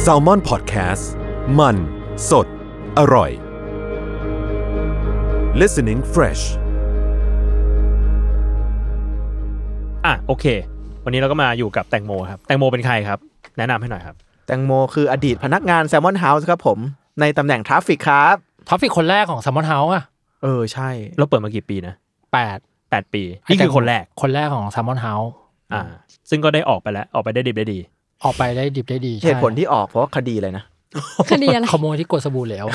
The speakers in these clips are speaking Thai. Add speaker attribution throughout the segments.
Speaker 1: แซลมอนพอดแคสต์ มัน สด อร่อย listening fresh
Speaker 2: อ่ะโอเค วันนี้เราก็มาอยู่กับแตงโมครับแตงโมเป็นใครครับ แนะนำให้หน่อยครับ
Speaker 3: แตงโมคืออดีตพนักงานแซลมอนเฮาส์ครับผม ในตำแหน่งทราฟฟิกครับ
Speaker 4: ท็อปฟิกคนแรกของซัมมอนเฮาส์อ่ะ
Speaker 3: เออ ใช่
Speaker 2: เราเปิดมากี่ปีนะ
Speaker 4: แปด
Speaker 2: แปดปีนี่คือคนแรก
Speaker 4: คนแรกของซัมมอนเฮาส์
Speaker 2: อ่า ซึ่งก็ได้ออกไปแล้ว ออกไปได้ดีได้ดี
Speaker 4: ออกไปได้ดิบได้ดีใช่
Speaker 3: เหตุผลที่ออกเพราะว่าคดีเลยนะ
Speaker 5: คดีอะไร
Speaker 4: ขโมยที่กดสบู่เหลว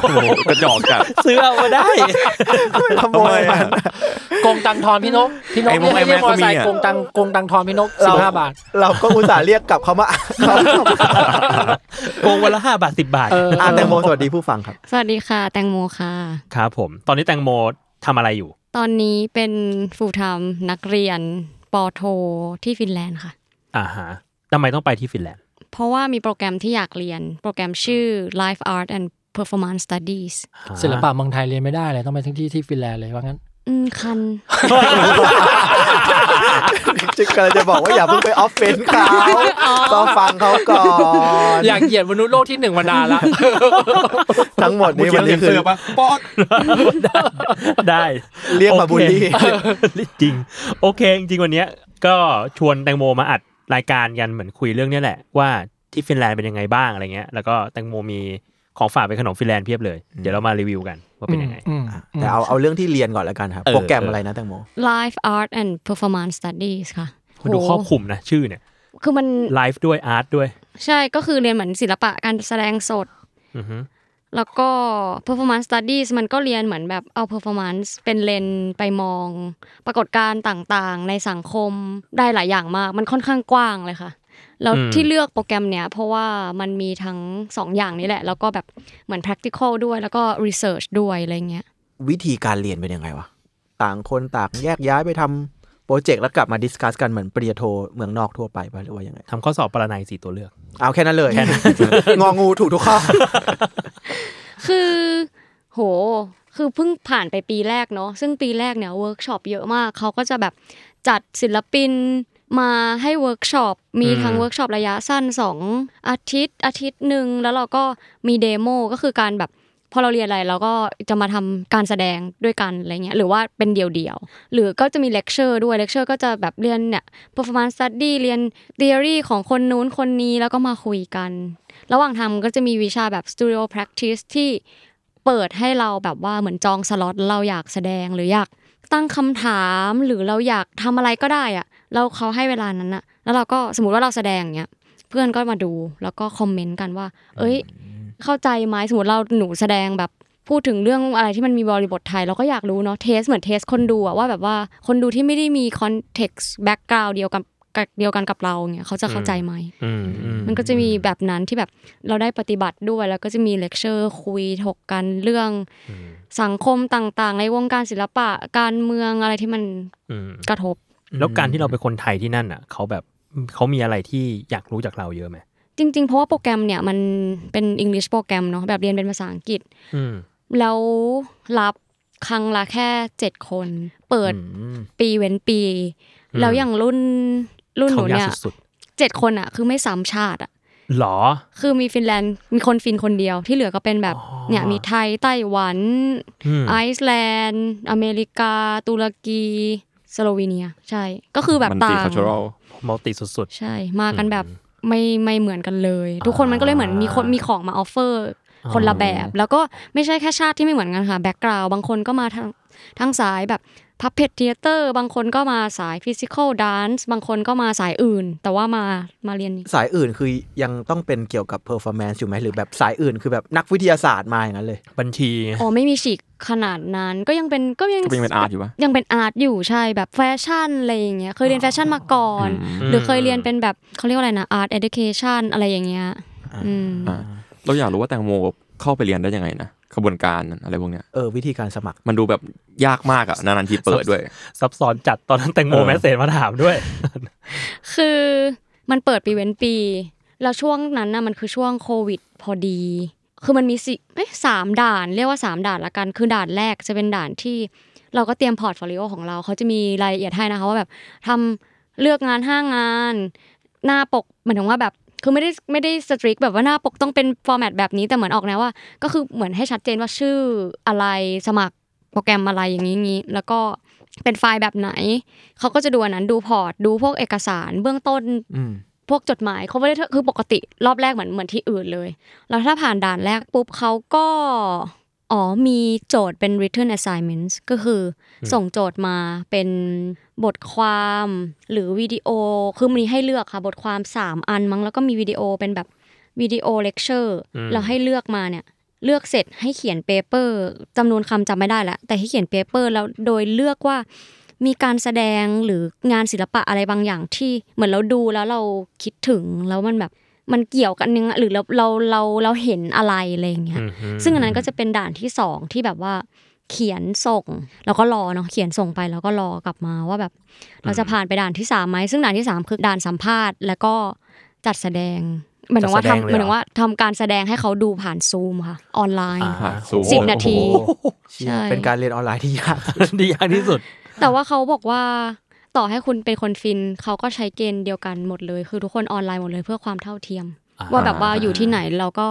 Speaker 6: กระจอกจัด
Speaker 2: เสื้อมา ได้
Speaker 3: ขโมยมัน
Speaker 4: โกงตังค์ทอนพี่นก พี่นก
Speaker 6: ไอ้มุก
Speaker 4: เรียก
Speaker 6: ไอ้แม็
Speaker 4: เรี
Speaker 6: ก
Speaker 4: ยกมอเตอร์ไซ
Speaker 6: ก็มี
Speaker 4: ค์
Speaker 6: อะ
Speaker 4: โกงตังค์โกงตังค์ทอนพี่นกสิ
Speaker 3: เรา
Speaker 4: บห้าบาท
Speaker 3: เราก็อุตส่าห์เรียกกลับเขามาอ่ะ
Speaker 2: โกงวันละห้าบาทสิบาท
Speaker 4: เออ
Speaker 3: อ่ะแตงโมสวัสดีผู้ฟังครับ
Speaker 7: สวัสดีค่ะ แตงโมค่ะ
Speaker 2: ครับผม ตอนนี้แตงโมทำอะไรอยู่
Speaker 7: ตอนนี้เป็นฟูลไทม์นักเรียนปอโทที่ฟินแลนด์ค่ะ
Speaker 2: อ่าฮะทำไมต้องไปที่ฟินแลนด์
Speaker 7: เพราะว่ามีโปรแกรมที่อยากเรียน โปรแกรมชื่อ Life Art and Performance Studies
Speaker 4: ศิลปะเมืองไทยเรียนไม่ได้เลยต้องไปที่ที่ที่ฟินแลนด์เลยว่างั้น
Speaker 7: อืม คัน
Speaker 3: จึงกำลังจะบอกว่าอย่าเพิ่งไปออฟเฟนเขาต้องฟังเขาก่อน
Speaker 4: อยากเหยียดมนุษย์โลกที่หนึ่งมานานละ
Speaker 3: ทั้งหมด
Speaker 6: มึง
Speaker 3: นี้
Speaker 6: คิดว่า
Speaker 3: วัน
Speaker 6: เรีย
Speaker 3: นี้
Speaker 6: น
Speaker 3: คื
Speaker 6: เสื้
Speaker 3: อ
Speaker 6: อปะปอด
Speaker 2: ได้
Speaker 3: เรียกมาบูลลี่
Speaker 2: โอเค จริง โอเค จริงๆวันเนี้ยก็ชวนแตงโมมาอัดรายการกันเหมือนคุยเรื่องเนี้ยแหละ ว่าที่ฟินแลนด์เป็นยังไงบ้างอะไรเงี้ย แล้วก็แตงโมมีของฝากเป็นขนมฟินแลนด์เพียบเลย เดี๋ยวเรามารีวิวกันว่าเป็นยังไง
Speaker 4: อืมอืม
Speaker 3: แต่เอาเอาเรื่องที่เรียนก่อนแล้วกันครับ
Speaker 2: เออ
Speaker 3: โปรแกรมอะไรนะแตงโม
Speaker 7: Life Art and Performance Studies ค่ะ
Speaker 2: คุณดู
Speaker 7: โห
Speaker 2: ครอบคลุมนะ ชื่อเนี่ย
Speaker 7: คือมัน
Speaker 2: ไลฟ์ด้วยอาร์ตด้วย
Speaker 7: ใช่ก็คือเรียนเหมือนศิลปะการแสดงสด
Speaker 2: อือฮึ
Speaker 7: แล้วก็ performance studies มันก็เรียนเหมือนแบบเอา performance เป็นเลนส์ไปมอง ปรากฏการณ์ต่างๆ ในสังคมได้หลายอย่างมาก มันค่อนข้างกว้างเลยค่ะ แล้วที่เลือกโปรแกรมเนี้ยเพราะว่ามันมีทั้งสองอย่างนี้แหละ แล้วก็แบบเหมือน practical ด้วยแล้วก็ research ด้วยอะไรเงี้ย
Speaker 3: วิธีการเรียนเป็นยังไงวะ ต่างคนต่างแยกย้ายไปทำโปรเจกต์แล้วกลับมาดิสคัสกันเหมือนปริญญาโทเมืองนอกทั่วไปปะหรือว่ายังไง
Speaker 2: ทำข้อสอบปรนัยสี่ตัวเลือก
Speaker 3: เอาแค่นั้นเลย งองูถูกทุกข้อ
Speaker 7: คือ โห คือเพิ่งผ่านไปปีแรกเนาะ ซึ่งปีแรกเนี่ยเวิร์กช็อปเยอะมาก เขาก็จะแบบจัดศิลปินมาให้เวิร์กช็อป มี
Speaker 2: อืม
Speaker 7: ทั้งเวิร์กช็อประยะสั้น 2 อาทิตย์ อาทิตย์หนึ่ง แล้วเราก็มีเดโมก็คือการแบบพอเราเรียนอะไรเราก็จะมาทำการแสดงด้วยกันอะไรเงี้ย หรือว่าเป็นเดี่ยวๆ หรือก็จะมีเลคเชอร์ด้วย เลคเชอร์ก็จะแบบเรียนเนี่ย performance study เรียน theory ของคนนู้นคนนี้แล้วก็มาคุยกัน ระหว่างทำก็จะมีวิชาแบบ studio practice ที่เปิดให้เราแบบว่าเหมือนจองสล็อตเราอยากแสดงหรืออยากตั้งคำถามหรือเราอยากทำอะไรก็ได้อะแล้วเขาให้เวลานั้นอะแล้วเราก็สมมติว่าเราแสดงอย่างเงี้ยเพื่อนก็มาดูแล้วก็คอมเมนต์กันว่า เอ้ย เข้าใจไหมสมมติเราหนูแสดงแบบพูดถึงเรื่องอะไรที่มันมีบริบทไทยเราก็อยากรู้เนาะเทสเหมือนเทสคนดูอะว่าแบบว่าคนดูที่ไม่ได้มีคอนเท็กซ์แบ็กกราวด์เดียวกับกับเดียวกันกับเราเนี่ยเขาจะเข้าใจไหม
Speaker 2: อืมอืม
Speaker 7: มันก็จะมีแบบนั้นที่แบบเราได้ปฏิบัติด้วยแล้วก็จะมีเลคเชอร์คุยถกกันเรื่องสังคมต่างๆ ในวงการศิลปะการเมืองอะไรที่มัน
Speaker 2: อืม
Speaker 7: กระทบ
Speaker 2: แล้วการที่เราเป็นคนไทยที่นั่นอ่ะเขาแบบเขามีอะไรที่อยากรู้จากเราเยอะไหม
Speaker 7: จริง ๆ เพราะว่าโปรแกรมเนี่ยมันเป็น English โปรแกรมเนาะแบบเรียนเป็นภาษาอังกฤษ
Speaker 2: อืม
Speaker 7: แล้วรับครั้งละแค่ 7 คน เปิดปีเว้นปี
Speaker 2: อืม
Speaker 7: แล้วอย่างรุ่นรุ่นห
Speaker 2: เขา
Speaker 7: นู
Speaker 2: ยาก
Speaker 7: เนี่ย
Speaker 2: สุด
Speaker 7: เจ็ดคนอะคือไม่ซ้ำชาติอะ
Speaker 2: ๆหรอ
Speaker 7: คือมีฟินแลนด์มีคนฟินคนเดียวที่เหลือก็เป็นแบบเนี่ยมีไทยไต้หวัน
Speaker 2: อืม
Speaker 7: ไอซ์แลนด์ อเมริกา ตุรกี สโลวีเนีย ใช่ก็คือแบบ
Speaker 6: มัน
Speaker 7: ต่า
Speaker 6: ตี
Speaker 7: ง
Speaker 6: คัลเชอรัล
Speaker 2: มัลติสุด
Speaker 7: ใช่ มากันแบบไม่ไม่เหมือนกันเลย ทุกคนมันก็เลยเหมือนมีคนมีของมาออฟเฟอร์ คนละแบบ แล้วก็ไม่ใช่แค่ชาติที่ไม่เหมือนกันค่ะแบ็กกราวบางคนก็มาทางทางสายแบบพับเพจเทเตอร์บางคนก็มาสายฟิสิกอลด a น c ์บางคนก็มาสายอื่น แต่ว่ามามาเรียนนี้
Speaker 3: สายอื่นคือยังต้องเป็นเกี่ยวกับ performance อยู่ไหมหรือแบบสายอื่นคือแบบนักวิทยาศาสตร์มาอย่างนั้นเลย
Speaker 2: ๆ บัญชีไง
Speaker 7: อ๋อไม่มีฉีกขนาดนั้นก็ยังเป็นก็ยัง
Speaker 6: ก็ยังเป็นอาร์ตอยู่ปะ
Speaker 7: ยังเป็นอาร์ตอยู่ใช่แบบแฟชั่นอะไรอย่างเงี้ยเคยเรียนแฟชั่นมาก่อน หรือเคยเรียนเป็นแบบเขาเรียกว่าอะไรนะ art education อะไรอย่างเงี้ยอืม
Speaker 6: อ่าเราอยากรู้ว่าแตงโมเข้าไปเรียนได้ยังไงนะขบวนการนั้นอะไรพวกเนี้ย
Speaker 3: เออ วิธีการสมัคร
Speaker 6: มันดูแบบยากมากอะนานๆทีเปิดด้วย
Speaker 2: ซับซ้อนจัดตอนนั้นแตงโม
Speaker 6: เออ
Speaker 2: แมสเซจมาถามด้วย
Speaker 7: คือมันเปิดปีเว้นปี แล้วช่วงนั้นน่ะมันคือช่วงโควิดพอดี คือมันมีสิเอ้ยสามด่านเรียกว่าสามด่านละกัน คือด่านแรกจะเป็นด่านที่เราก็เตรียมพอร์ตโฟลิโอของเราเขาจะมีรายละเอียดให้นะคะว่าแบบทำเลือกงานห้างาน หน้าปกเหมือนถึงว่าแบบคือไม่ได้ไม่ได้สตริกแบบว่าหน้าปกต้องเป็นฟอร์แมตแบบนี้แต่เหมือนออกแนวว่า ก็คือเหมือนให้ชัดเจนว่าชื่ออะไรสมัครโปรแกรมอะไรอย่างนี้อย่างนี้แล้วก็เป็นไฟล์แบบไหน เขาก็จะดูอันนั้นดูพอร์ตดูพวกเอกสารเบื้องต้น
Speaker 3: อืม
Speaker 7: พวกจดหมายเขาไม่ได้คือปกติรอบแรกเหมือนเหมือนที่อื่นเลย แล้วถ้าผ่านด่านแรกปุ๊บเขาก็อ๋อมีโจทย์เป็น written assignments ก็คืออส่งโจทย์มาเป็นบทความหรือวิดีโอ คือมีให้เลือกค่ะ บทความ 3 อันมั้งแล้วก็มีวิดีโอเป็นแบบวิดีโอเลคเชอร์
Speaker 2: อืม
Speaker 7: แล้วให้เลือกมาเนี่ย เลือกเสร็จให้เขียนเปเปอร์จำนวนคำจำไม่ได้ละแต่ให้เขียนเปเปอร์แล้วโดยเลือกว่า มีการแสดงหรืองานศิลปะอะไรบางอย่างที่เหมือนเราดูแล้วเราคิดถึงแล้วมันแบบมันเกี่ยวกันยังไงหรือเราเราเราเราเห็นอะไรอะไรอย่างเงี้ย ซึ่งอันนั้นก็จะเป็นด่านที่สองที่แบบว่าเขียนส่ง แล้วก็รอเนาะเขียนส่งไปแล้วก็รอกลับมาว่าแบบ เราจะผ่านไปด่านที่สามไหมซึ่งด่านที่สามคือด่านสัมภาษณ์ แล้วก็จัดแสดงหมายถึงว่า
Speaker 2: จัดแสดง
Speaker 7: ทำ
Speaker 2: เลยเหรอ
Speaker 7: หมายถึงว่าทำการแสดงให้เขาดูผ่านซูมค่ะ ออนไลน์
Speaker 6: ผ่านซูม
Speaker 7: สิบนาที
Speaker 2: โอ้โห
Speaker 3: เชี่ย
Speaker 7: ใช่
Speaker 3: เป็นการเรียนออนไลน์ที่ยาก
Speaker 2: ดีอย่างที่สุด
Speaker 7: แต่ว่าเขาบอกว่าต่อให้คุณเป็นคนฟินเขาก็ใช้เกณฑ์เดียวกันหมดเลย คือทุกคนออนไลน์หมดเลยเพื่อความเท่าเทียม ว่าแบบว่าอยู่ที่ไหนเราก็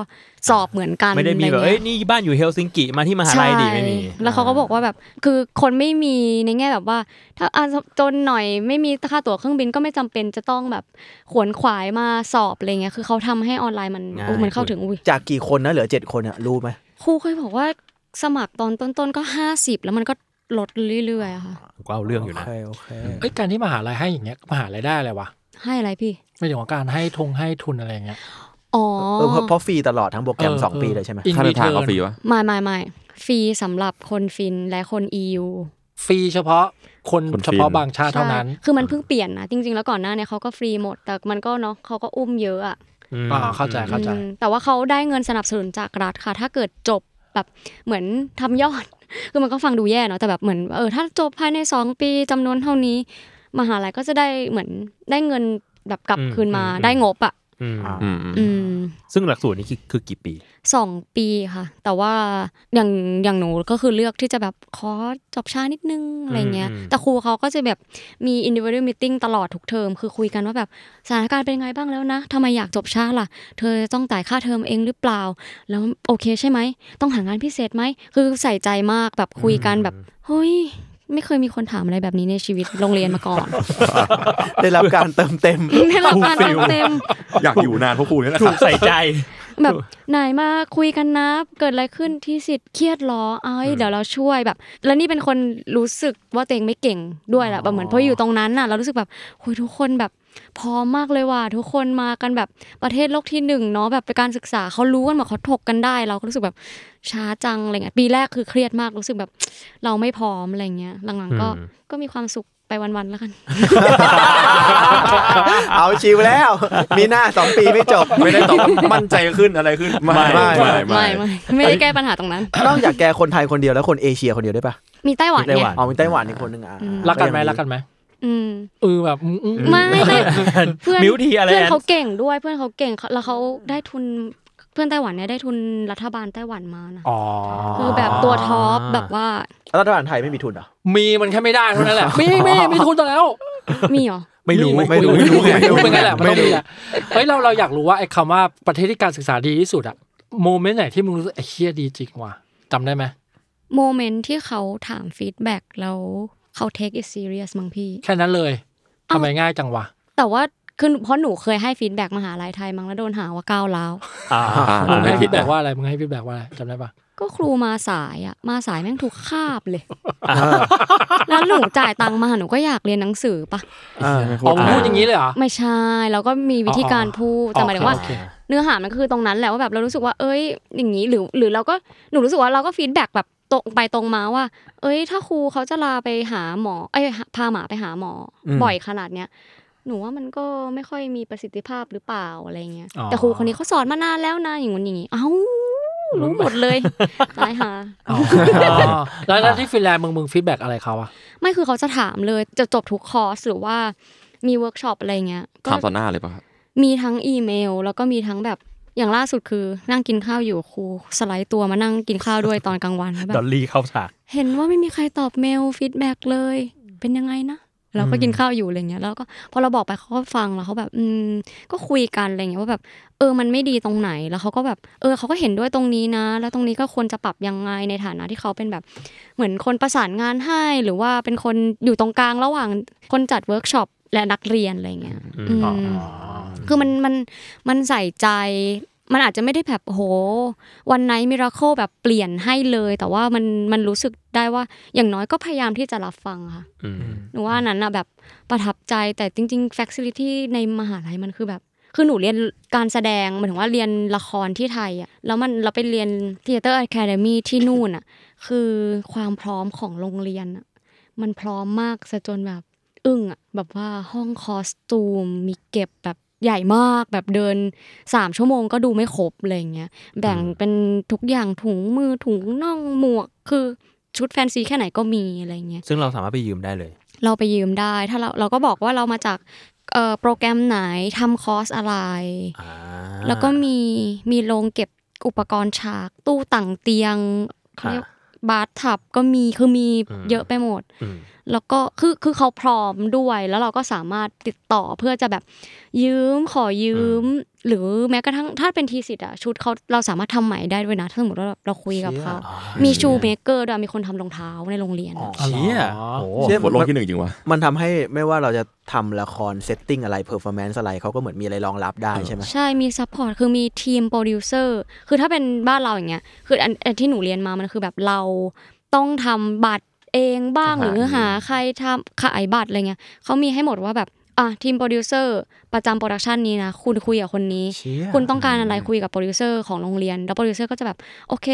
Speaker 7: สอบเหมือนกัน
Speaker 2: ไม่ได้มีแบบ
Speaker 7: อะร
Speaker 2: เอ้ย
Speaker 7: งี้
Speaker 2: นี่บ้านอยู่เฮลซิงกิมาที่มหาลัยดีไม่มี
Speaker 7: แล้วเขาก็บอกว่าแบบคือคนไม่มีในแง่แบบว่า ถ้าอ่ะจนหน่อยไม่มีค่าตั๋วเครื่องบินก็ไม่จำเป็นจะต้องแบบขวนขวายมาสอบอะไรเงี้ยคือเขาทำให้ออนไลน์มัน
Speaker 2: ง่าย
Speaker 7: อุ๊ยมันเข้าถึงอุ้ย
Speaker 3: จากกี่คนนะเหลือเจ็ดคนอะรู้ไหม
Speaker 7: ครูเคยบอกว่าสมัครตอนต้นๆก็ 50 แล้วมันก็ลดเรื่อยๆอะค่ะ
Speaker 2: ก็เอาเรื่องอยู่นะ
Speaker 3: โอเคโอเค
Speaker 4: เอ้ยการที่มหาลัยให้อย่างเงี้ยมหาลัยได้อะไรวะ
Speaker 7: ให้อะไรพี่
Speaker 4: ไม่ถึงว่าการให้ทงให้ทุนอะไรอย่างเงี้ย
Speaker 7: อ๋อ
Speaker 3: เออเพราะเพราะฟรีตลอดทั้งโปรแกรมสองปีเลยใช่ไหม
Speaker 4: อิน
Speaker 6: ค่าเดินทางก็ฟรีวะ
Speaker 7: ไม่ไม่ไม่ฟรีสำหรับคนฟินและคน EU
Speaker 4: ฟรีเฉพาะคน
Speaker 6: คนฟิน
Speaker 4: เฉพาะบางชาติเท่านั้น
Speaker 7: ใช่คือมันเพิ่งเปลี่ยนนะ จริง ๆ แล้วก่อนหน้าเนี่ยเขาก็ฟรีหมด แต่มันก็เนาะเขาก็อุ้มเยอะอ่ะ
Speaker 2: อืม
Speaker 4: อ่าเข้าใจเข้าใจ
Speaker 7: อืมแต่ว่าเขาได้เงินสนับสนุนจากรัฐค่ะ ถ้าเกิดจบแบบเหมือนทำยอด คือมันก็ฟังดูแย่เนาะแต่แบบเหมือนเออถ้าจบภายใน 2 ปีจำนวนเท่านี้ มหาลัยก็จะได้เหมือนได้เงินแบบกลับคืนมาได้งบอ่ะ
Speaker 2: อืม
Speaker 6: อืม
Speaker 7: อืม
Speaker 2: ซึ่งหลักสูตรนี้คือคือกี่ปี
Speaker 7: สองปีค่ะ แต่ว่าอย่างอย่างหนูก็คือเลือกที่จะแบบขอจบช้านิดนึงอะไรเงี้ย
Speaker 2: อืม
Speaker 7: แต่ครูเขาก็จะแบบมี individual meeting ตลอดทุกเทอมคือคุยกันว่าแบบสถานการณ์เป็นยังไงบ้างแล้วนะทำไมอยากจบช้าล่ะ เธอต้องจ่ายค่าเทอมเองหรือเปล่า แล้วโอเคใช่ไหม ต้องหางานพิเศษไหม คือใส่ใจมากแบบคุยกันแบบเฮ้ยไม่เคยมีคนถามอะไรแบบนี้ในชีวิตโรงเรียนมาก่อน
Speaker 3: ได้รับการเติมเต็ม
Speaker 7: ได้รับการเติมเต็ม
Speaker 6: อยากอยู่นานเพราะครูเนี่ยแหละ
Speaker 2: ถู
Speaker 6: ครั
Speaker 2: ก
Speaker 6: บ
Speaker 2: ใส่ใจ
Speaker 7: แบบไหนมาคุยกันนะ เกิดอะไรขึ้นที่สิทธิ์เครียดเหรอเอ้ยเดี๋ยวเราช่วยแบบ แล้วนี่เป็นคนรู้สึกว่าตัวเองไม่เก่งด้วยแหละแบบเหมือนพออยู่ตรงนั้นน่ะเรารู้สึกแบบโอ้ยทุกคนแบบพร้อมมากเลยว่ะทุกคนมากันแบบประเทศโลกที่หนึ่งเนาะแบบไปการศึกษาเขารู้กันหมดเขาถกกันได้ เราก็รู้สึกแบบช้าจังอะไรเงี้ยปีแรกคือเครียดมากรู้สึกแบบ เราไม่พร้อมอะไรเงี้ยหลังๆก็
Speaker 2: อืม
Speaker 7: ก็มีความสุขไปวันๆแล้วกัน
Speaker 3: เอาชิวแล้ว มีหน้าสองปีไม่จบ
Speaker 6: ไม่ได้ตอบว่ามั่นใจขึ้นอะไรขึ้น ไม่
Speaker 3: ไม่
Speaker 6: ไม่
Speaker 7: ไม่ไม่ไม่ได้แก้ปัญหาตรงนั้น
Speaker 3: นอกจากแกคนไทยคนเดียวแล้วคนเอเชียคนเดียวได้วยปะ
Speaker 7: มีไต้หวัน
Speaker 2: ไต้ห
Speaker 7: ไง
Speaker 2: วัน
Speaker 3: เอามีไต้หวันอีกคนหนึ่งอ่ะ
Speaker 7: อืม
Speaker 4: รักกันไหมรักกันไหม
Speaker 7: อืม
Speaker 4: เออแบบอืมอืม
Speaker 7: ไม่ไม่ เพื่อน
Speaker 2: มิวทีอะไร
Speaker 7: เพื่อน
Speaker 2: อัน
Speaker 7: เขาเก่งด้วยเพื่อนเขาเก่งเขาแล้วเขาได้ทุนเพื่อนไต้หวันเนี่ยได้ทุนรัฐบาลไต้หวันมานะ
Speaker 4: อ๋อ
Speaker 7: คือแบบตัวท็อปแบบว่า
Speaker 3: แล้วรัฐบาลไทยไม่มีทุนเหรอ
Speaker 4: มีมันแค่ไม่ได้เท่านั้นแหละมีมีมีทุนต่อแล้ว
Speaker 7: มีเหรอ
Speaker 2: ไม่รู้
Speaker 3: ไม่รู้
Speaker 4: ไม่รู้
Speaker 3: ไม่รู้
Speaker 4: ไม่รู้เป็นไงแหละ
Speaker 3: ไม่
Speaker 4: ไม่
Speaker 3: รู้
Speaker 4: รู้องมีแหละเฮ้ยเราเราอยากรู้ว่าไอ้คำว่าประเทศที่การศึกษาดีที่สุดอะโมเมนต์ไหนที่มึงรู้สึกไอ้เชี่ยดีจริงว่ะจำได้ไหม
Speaker 7: โมเมนต์ที่เขาถามฟีดแบ็กแล้วเขา take it serious มั้งพี่
Speaker 4: แค่นั้นเลย
Speaker 7: เอ้า
Speaker 4: ทำไมง่ายจังวะ
Speaker 7: แต่ว่าคือเพราะหนูเคยให้ฟีดแบ็กมหาลัยไทยมั้งแล้วโดนหาว่าก้าวร้าว
Speaker 2: อ่า
Speaker 6: อ่าผ
Speaker 4: มึง
Speaker 6: มไม่
Speaker 4: ให้
Speaker 6: ผิด
Speaker 4: ฟีดแบ็
Speaker 6: นะ
Speaker 4: กว่าอะไรมึงให้ฟีดแบ็กว่าอะไรจำได้ปะ
Speaker 7: ก็ครูมาสายอ่ะมาสายแม่งถูกคาบเลย แล้วหนูจ่ายตังค์มาหนูก็อยากเรียนหนังสือปะ
Speaker 6: ไม่โค
Speaker 4: เอา
Speaker 6: ตร
Speaker 4: มึง
Speaker 6: อ่า
Speaker 4: พูดอย่างนี้เลยเหรอ
Speaker 7: ไม่ใช่แล้วก็มีวิธีการพูดแต่หมายถึงว่า
Speaker 4: โอเค
Speaker 7: เนื้อหามันก็คือตรงนั้นแหละว่าแบบเรารู้สึกว่าเอ้ย อย่างนี้หรือหรือเราก็หนูรู้สึกว่าเราก็ฟีดแบ็กแบบตรงไปตรงมาว่า เอ้ย ถ้าครูเขาจะลาไปหาหมอเอ้ยพาหมาไปหาหมออ
Speaker 3: ม
Speaker 7: บ่อยขนาดเนี้ยหนูว่ามันก็ไม่ค่อยมีประสิทธิภาพหรือเปล่าอะไรเงี้ย
Speaker 4: อ๋อ
Speaker 7: แต่ครูคนนี้เขาสอนมานานแล้วนะอย่างงี้นอย่างงี้เอ้ารู้หมดเลย ตายหา
Speaker 4: อ๋อแล้วแล้วที่ฟินแลนด์มึงมึงฟีดแบ็กอะไรเขาอะ
Speaker 7: ไม่คือเขาจะถามเลยจะจบทุกคอร์สหรือว่ามีเวิร์กช็อปอะไรเงี้ยก็
Speaker 6: ถามต่อหน้าเลยป่ะครับ
Speaker 7: มีทั้งอีเมล แล้วก็มีทั้งแบบอย่างล่าสุดคือนั่งกินข้าวอยู่ครูสไลด์ตัวมานั่งกินข้าว ด้วยตอนกลางวันแล้วแบ
Speaker 2: ดอบ ลลี่เข้าฉาก
Speaker 7: เห็นว่าไม่มีใครตอบเมลฟีดแบ็กเลย เป็นยังไงนะ เราก็กินข้าวอยู่อะไรเงี้ยแล้วก็พอเราบอกไปเขาก็ฟังแล้วเขาแบบอืมก็คุยกันอะไรเงี้ยว่าแบบเออมันไม่ดีตรงไหนแล้วเขาก็แบบเออเขาก็เห็นด้วยตรงนี้นะ แล้วตรงนี้ก็ควรจะปรับยังไงในฐานะที่เขาเป็นแบบเหมือนคนประสานงานให้ หรือว่าเป็นคนอยู่ตรงกลางระหว่างคนจัดเวิร์กช็อปและนักเรียนอะไรเงี้ยอืม คือมันมันมันใส่ใจ มันอาจจะไม่ได้แบบโอ้โห วันไหนมิราเคิลแบบเปลี่ยนให้เลย แต่ว่ามันมันรู้สึกได้ว่าอย่างน้อยก็พยายามที่จะรับฟังค่ะหนูว่าอันนั้นอะแบบประทับใจแต่จริงๆ f a c i l i t y ในมหาลัยมันคือแบบ คือหนูเรียนการแสดงหมายถึงว่าเรียนละครที่ไทยอ่ะแล้วมันเราไปเรียน Theater Academy ที่นู่นอ่ะ คือความพร้อมของโรงเรียนอ่ะ มันพร้อมมากซะจนแบบ อึ้งอ่ะแบบว่าห้องคอสตูมมีเก็บแบบใหญ่มาก แบบเดินสามชั่วโมงก็ดูไม่ครบอะไรอย่างเงี้ยแบ่งเป็นทุกอย่างถุงมือถุงน่องหมวก คือชุดแฟนซีแค่ไหนก็มีอะไรอย่างเงี้ย
Speaker 2: ซึ่งเราสามารถไปยืมได้เลย
Speaker 7: เราไปยืมได้ ถ้าเราเราก็บอกว่าเรามาจากเอ่อโปรแกรมไหนทำคอร์สอะไร แล้วก็มีมีโรงเก็บอุปกรณ์ฉาก ตู้ต่างเตียงเขาเรียก
Speaker 2: อ่า
Speaker 7: บาร์ทับก็มีคือมี
Speaker 2: อืม
Speaker 7: เยอะไปหมด
Speaker 2: อืม
Speaker 7: แล้วก็คือคือเขาพร้อมด้วยแล้วเราก็สามารถติดต่อเพื่อจะแบบยืมขอยืม หรือแม้กระทั่งถ้าเป็นทีสิทธ์อะชุดเขาเราสามารถทำใหม่ได้ด้วยนะถ้าสมมติว่าเราเราคุยกับเขามีชูเมเกอร์ด้วยมีคนทำรองเท้าในโรงเรียนอะ
Speaker 2: เชี่ยโอ้โห
Speaker 3: เชี่ย
Speaker 6: โคตรโลกที่หนึ่งจริงวะ
Speaker 3: มันทำให้ไม่ว่าเราจะทำละครเซตติ้งอะไรเพอร์ฟอร์แมนซ์อะไรเขาก็เหมือนมีอะไรรองรับได้ใช่ไหม
Speaker 7: ใช่ มีซัพพอร์ต คือมีทีมโปรดิวเซอร์ คือถ้าเป็นบ้านเราอย่างเงี้ย คืออันอันที่หนูเรียนมา มันคือแบบเราต้องทำบัตรเองบ้าง
Speaker 6: อ่า
Speaker 7: หรือหาใครทำขายบัตรอะไรเงี้ยเขามีให้หมดว่าแบบ อ่ะทีมโปรดิวเซอร์ประจำโปรดักชันนี้นะ คุณคุยกับคนนี้
Speaker 3: เชี่ย
Speaker 7: คุณต้องการอะไรคุยกับโปรดิวเซอร์ของโรงเรียน แล้วโปรดิวเซอร์ก็จะแบบ โอเค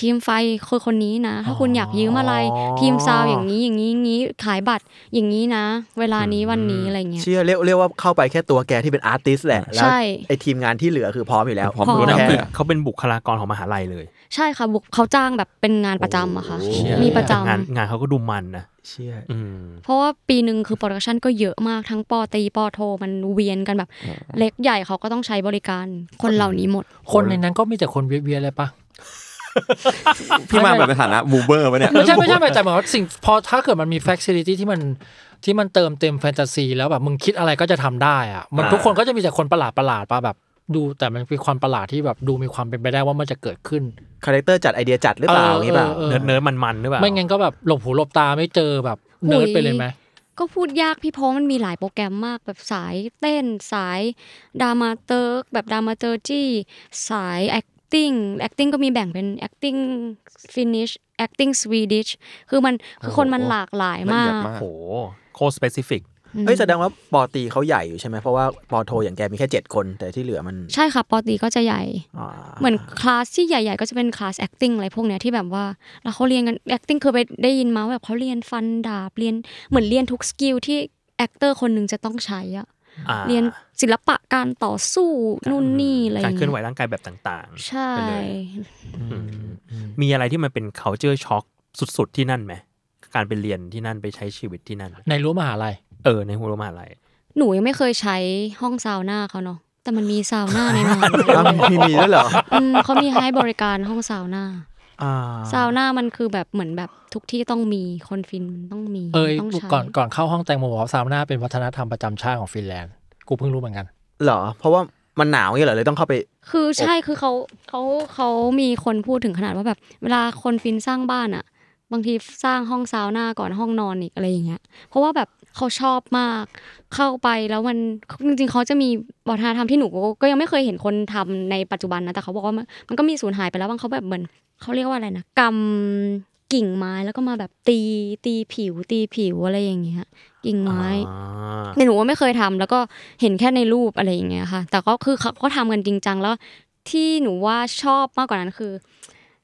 Speaker 7: ทีมไฟคือคนนี้นะ ถ้าคุณอยากยืมอะไร ทีมซาวด์อย่างนี้อย่างนี้อย่างนี้ ขายบัตรอย่างนี้นะ เวลานี้วันนี้อะไรเงี้ย
Speaker 3: เชื่อเรียกเรียกว่าเข้าไปแค่ตัวแกที่เป็นอาร์ติสแหละแล้ว
Speaker 7: ใช่
Speaker 3: ไอทีมงานที่เหลือคือพร้อมอยู่แล้ว
Speaker 6: พร้อมรู้ดับเลยอะ
Speaker 2: เขาเป็นบุคลากรของมหาลัยเลย
Speaker 7: ใช่ค่ะบุกเขาจ้างแบบเป็นงานประจำอะค่ะ
Speaker 3: เชี่ย
Speaker 7: มีประจ
Speaker 2: งานงานเขาก็ดูมันนะ
Speaker 3: เชื่อ
Speaker 2: อืม
Speaker 7: ำเพราะว่าปีหนึ่งคือโปรดักชันก็เยอะมากทั้งปอตรีปอโท มันเวียนกันแบบ เล็กใหญ่เขาก็ต้องใช้บริการคนเหล่านี้หมด
Speaker 4: คนในนั้นก็มีแต่คนเวียๆเลยปะ
Speaker 6: พี่มาแบบในฐานะบูเบอร์ปะเนี่ย
Speaker 4: ไม่ใช่ไม่ใช่ไม่ใช่หมายว่าสิ่งพอถ้าเกิดมันมีแฟคซิลิตี้ที่มันที่มันเติมเต็มแฟนตาซีแล้วแบบมึงคิดอะไรก็จะทำได้อะมัน
Speaker 6: อ่า
Speaker 4: ทุกคนก็จะมีแต่คนประหลาดประหลาดปะแบบ ดูแต่มันเป็นความประหลาดที่แบบดูมีความเป็นไปได้ว่ามันจะเกิดขึ้น
Speaker 3: คาแรคเตอร์จัดไอเดียจัดหรือเปล่าอย่างงี้เปล่า
Speaker 4: ออออ
Speaker 2: เนิร์ดมันมันๆหรือเปล่า
Speaker 4: ไม่งั้นก็แบบหลบหูหลบตาไม่เจอแบบเนิร์ดไปเลยไหม
Speaker 7: ก็พูดยากพี่เพราะมันมีหลายโปรแกรมมากแบบสายเต้นสายดรามาเติร์กแบบดรามาเตอร์จี้สาย acting acting ก็มีแบ่งเป็น acting Finnish acting Swedish คือมันคือคนมันหลากหลาย
Speaker 6: ละ
Speaker 7: มา
Speaker 6: เอี
Speaker 7: ก
Speaker 6: ยดมาก
Speaker 2: โอ้โหโคสเปซิฟิก
Speaker 7: อืม
Speaker 3: เฮ้ยแสดงว่าปอตีเขาใหญ่อยู่ใช่ไหมเพราะว่าปอโทอย่างแกมีแค่ 7 คน แต่ที่เหลือมัน
Speaker 7: ใช่ค่ะปอตีก็จะใหญ่
Speaker 3: อ่า
Speaker 7: เหมือนคลาสที่ใหญ่ๆ ก็จะเป็นคลาส acting อะไรพวกเนี้ยที่แบบว่าแล้วเขาเรียนกัน acting เคยไปได้ยินมาว่าแบบเขาเรียนฟันดาบเรียนเหมือนเรียนทุกสกิลที่ actor คนหนึ่งจะต้องใช้อะ
Speaker 2: อ่า
Speaker 7: เรียนศิลปะการต่อสู้นู่นนี่อะไรอ
Speaker 2: การ
Speaker 7: ย่าง
Speaker 2: เคลื่อนไหว
Speaker 7: เงี้ย
Speaker 2: ร่างกายแบบต่างๆ
Speaker 7: ใช่
Speaker 2: ไปเลยอืมมีอะไรที่มันเป็น culture shock สุดๆที่นั่นไหมการไปเรียนที่นั่นไปใช้ชีวิตที่นั่น
Speaker 4: ในรั้วมหาลัย
Speaker 2: เออในหัวโรงมหาลัย
Speaker 7: หนูยังไม่เคยใช้ห้องซาวน่าเขาเนาะแต่มันมีซาวน่าในมหาลัย
Speaker 3: อ้าวมีมีด้วยเหรอ
Speaker 7: อืมเขามีให้บริการห้องซาวน่า
Speaker 3: อ่า
Speaker 7: ซาวน่ามันคือแบบเหมือนแบบทุกที่ต้องมีคนฟินมันต้องมี
Speaker 4: เอย
Speaker 7: ต้องใช้
Speaker 4: ก่อนก่อนเข้าห้องแตงโมบอกว่าซาวน่าเป็นวัฒนธรรมประจำชาติของฟินแลนด์กูเพิ่งรู้เหมือนกัน
Speaker 3: เหรอ เพราะว่ามันหนาวอย่างเงี้ยเหรอเลยต้องเข้าไป
Speaker 7: คือใช่คือเขาเขาเขามีคนพูดถึงขนาดว่าแบบ เวลาคนฟินสร้างบ้านอะบางทีสร้างห้องซาวน่าก่อนห้องนอนอีกอะไรอย่างเงี้ยเพราะว่าแบบ เขาชอบมาก เข้าไปแล้วมันจริงๆเขาจะมีวัฒนธรรมที่หนูก็ยังไม่เคยเห็นคนทำในปัจจุบันนะแต่เขาบอกว่ามันมันก็มีสูญหายไปแล้วบางเขาแบบเหมือนเขาเรียกว่าอะไรนะกำกิ่งไม้แล้วก็มาแบบตีตีผิว ตีผิวอะไรอย่างเงี้ยกิ่งไม้
Speaker 2: อ่า
Speaker 7: แต่หนูว่าไม่เคยทำแล้วก็เห็นแค่ในรูปอะไรอย่างเงี้ยค่ะ แต่ก็คือเขาก็ทำกันจริงจังแล้วที่หนูว่าชอบมากกว่านั้นคือ